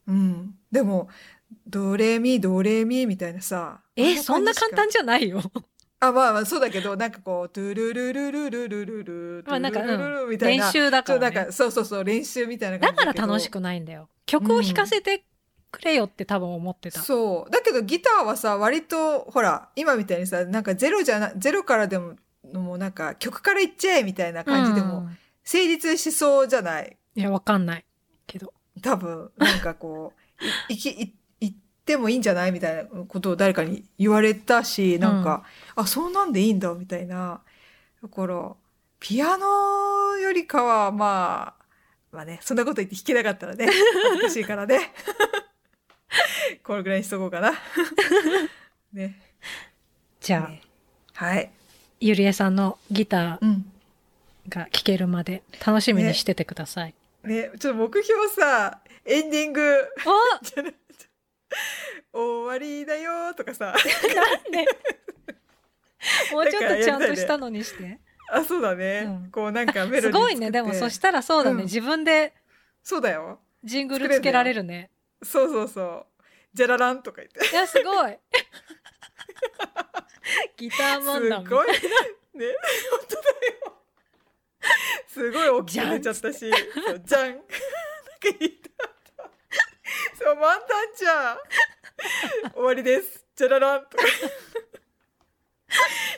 S1: うん。でも、ドレミ、ドレミみたいなさ。
S2: え、そんな簡単
S1: じ
S2: じゃないよ。
S1: ゃあ、まあまあそうだけど、なんかこう、ドゥルルルルルルルル、
S2: まあなんか、
S1: ドゥルルルルル
S2: うん
S1: みたい
S2: 練
S1: な。
S2: 習だ
S1: そ
S2: か
S1: う、な
S2: ら
S1: ん
S2: ね。
S1: か、そうそうそう、練習みたいな感
S2: だ
S1: じだ
S2: から
S1: けど
S2: 楽しくないんだよ。曲を弾かせてくれよって多分思ってた。
S1: そう。だけどギターはさ、割と、ほら、今みたいにさ、なんかゼロじゃな、ゼロからでも、もうなんか曲からいっちゃえみたいな感じでも、
S2: うん
S1: 成立しそうじゃない
S2: いや、わかんない。けど。
S1: 多分、なんかこう、い、いき、い、行ってもいいんじゃないみたいなことを誰かに言われたし、なんか、あ、そんなんでいいんだ、みたいな。だから、ピアノよりかは、まあ、まあね、そんなこと言って弾けなかったらね、恥ずかしいからね。これぐらいにしとこうかな。ね。
S2: じゃあ、
S1: ねはい。
S2: ゆりえさんのギタ
S1: うん。
S2: ーが聴けるまで楽しみにしててくだ さい。
S1: ね、ちょっと目標さ、エンディング、
S2: あ
S1: じゃなくて終わりだよとかさ。
S2: なんでもうちょっとちゃんとしたのにして。
S1: あ、そうだね。
S2: うん
S1: こうなん かメロディー
S2: すごいね。
S1: 作
S2: で
S1: っ
S2: も
S1: て
S2: そしたらそうだね。
S1: うん
S2: 自分で
S1: そうだよ。
S2: ジングルつけられるね。
S1: そうそうそう。じゃららんとか言って。
S2: いや、すごい。ギターマン
S1: す
S2: ダム。
S1: ごい。 ね、本当だよ。すごい大きく出ちゃったし、そうじゃん。なんか言いたかった。そう、満タンじゃん。終わりです。じゃららん。とか。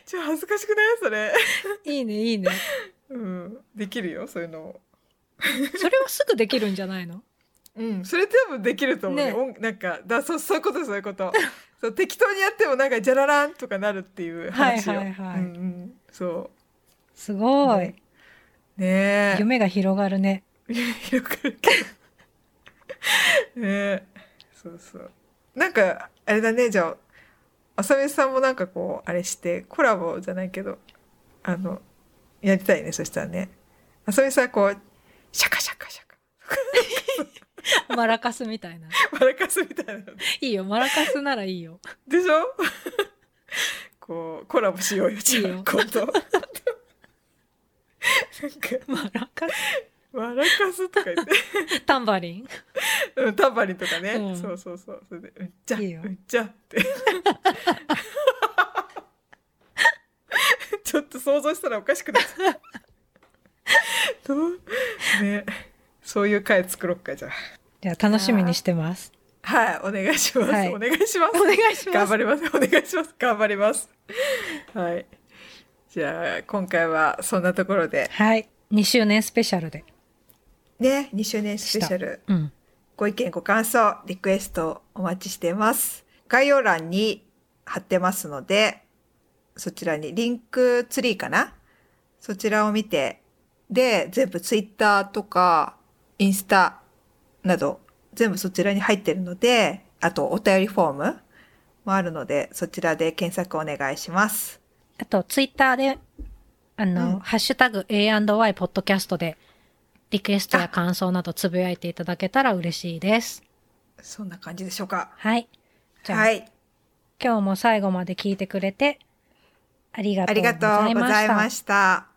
S1: ちょ、恥ずかしくないそれ。
S2: いいね、いいね。
S1: うん。できるよ、そういうの。
S2: それはすぐできるんじゃないの
S1: うん。それ多分できると思うね。
S2: ね
S1: 音なんか、だ、そう、そういうこと、そういうこと。 そう、適当にやってもなんか、じゃららんとかなるっていう話よ。
S2: はいはいはい
S1: うんうん。そ
S2: すごい。
S1: ねう。ねえ。
S2: 夢が広がる ね。
S1: 広がるけどねえそうそうなんかあれだねじゃあ浅見さんもなんかこうあれしてコラボじゃないけどあのやりたいねそしたらね浅見さんこうシャカシャカシャカ
S2: マラカスみたいな。
S1: 笑かすみたいなの
S2: いいよ、マラカスならいいよ。
S1: でしょ こうコラボしようよじゃあ
S2: いいよ
S1: 今度なんか
S2: マラカス。
S1: 笑かすとか言って
S2: タンバリン。
S1: うん、タンバリンとかね、
S2: うん
S1: そうそうそうそれで「うんちゃ
S2: いいよ
S1: うんちゃ」って ちょっと想像したらおかしくなっちゃったどうねそういう回作ろっかじゃあ
S2: じゃあ楽しみにしてます。
S1: はいお願いします、
S2: はい
S1: お願いします
S2: お願いしま
S1: 頑
S2: す
S1: 張。りますお願いします頑張りますはいじゃあ今回はそんなところで
S2: はい。2周年スペシャルで。
S1: ね2周年スペシャル
S2: うん。
S1: ご意見、ご感想、リクエストお待ちしています。概要欄に貼ってますので、そちらにリンクツリーかなそちらを見て、で、全部ツイッターとか、インスタなど、全部そちらに入ってるので、あとお便りフォームもあるので、そちらで検索お願いします。
S2: あと、ツイッターで、あ
S1: う
S2: の、
S1: ん
S2: ハッシュタグ A&Y ポッドキャストで、リクエストや感想などつぶやいていただけたら嬉しいです。
S1: そんな感じでしょうか。
S2: はい。じゃあ、
S1: はい。
S2: 今日も最後まで聞いてくれて、ありが
S1: あ
S2: とう
S1: り
S2: ござ
S1: がとうご
S2: いま
S1: ざ
S2: し
S1: い
S2: た
S1: ま。した。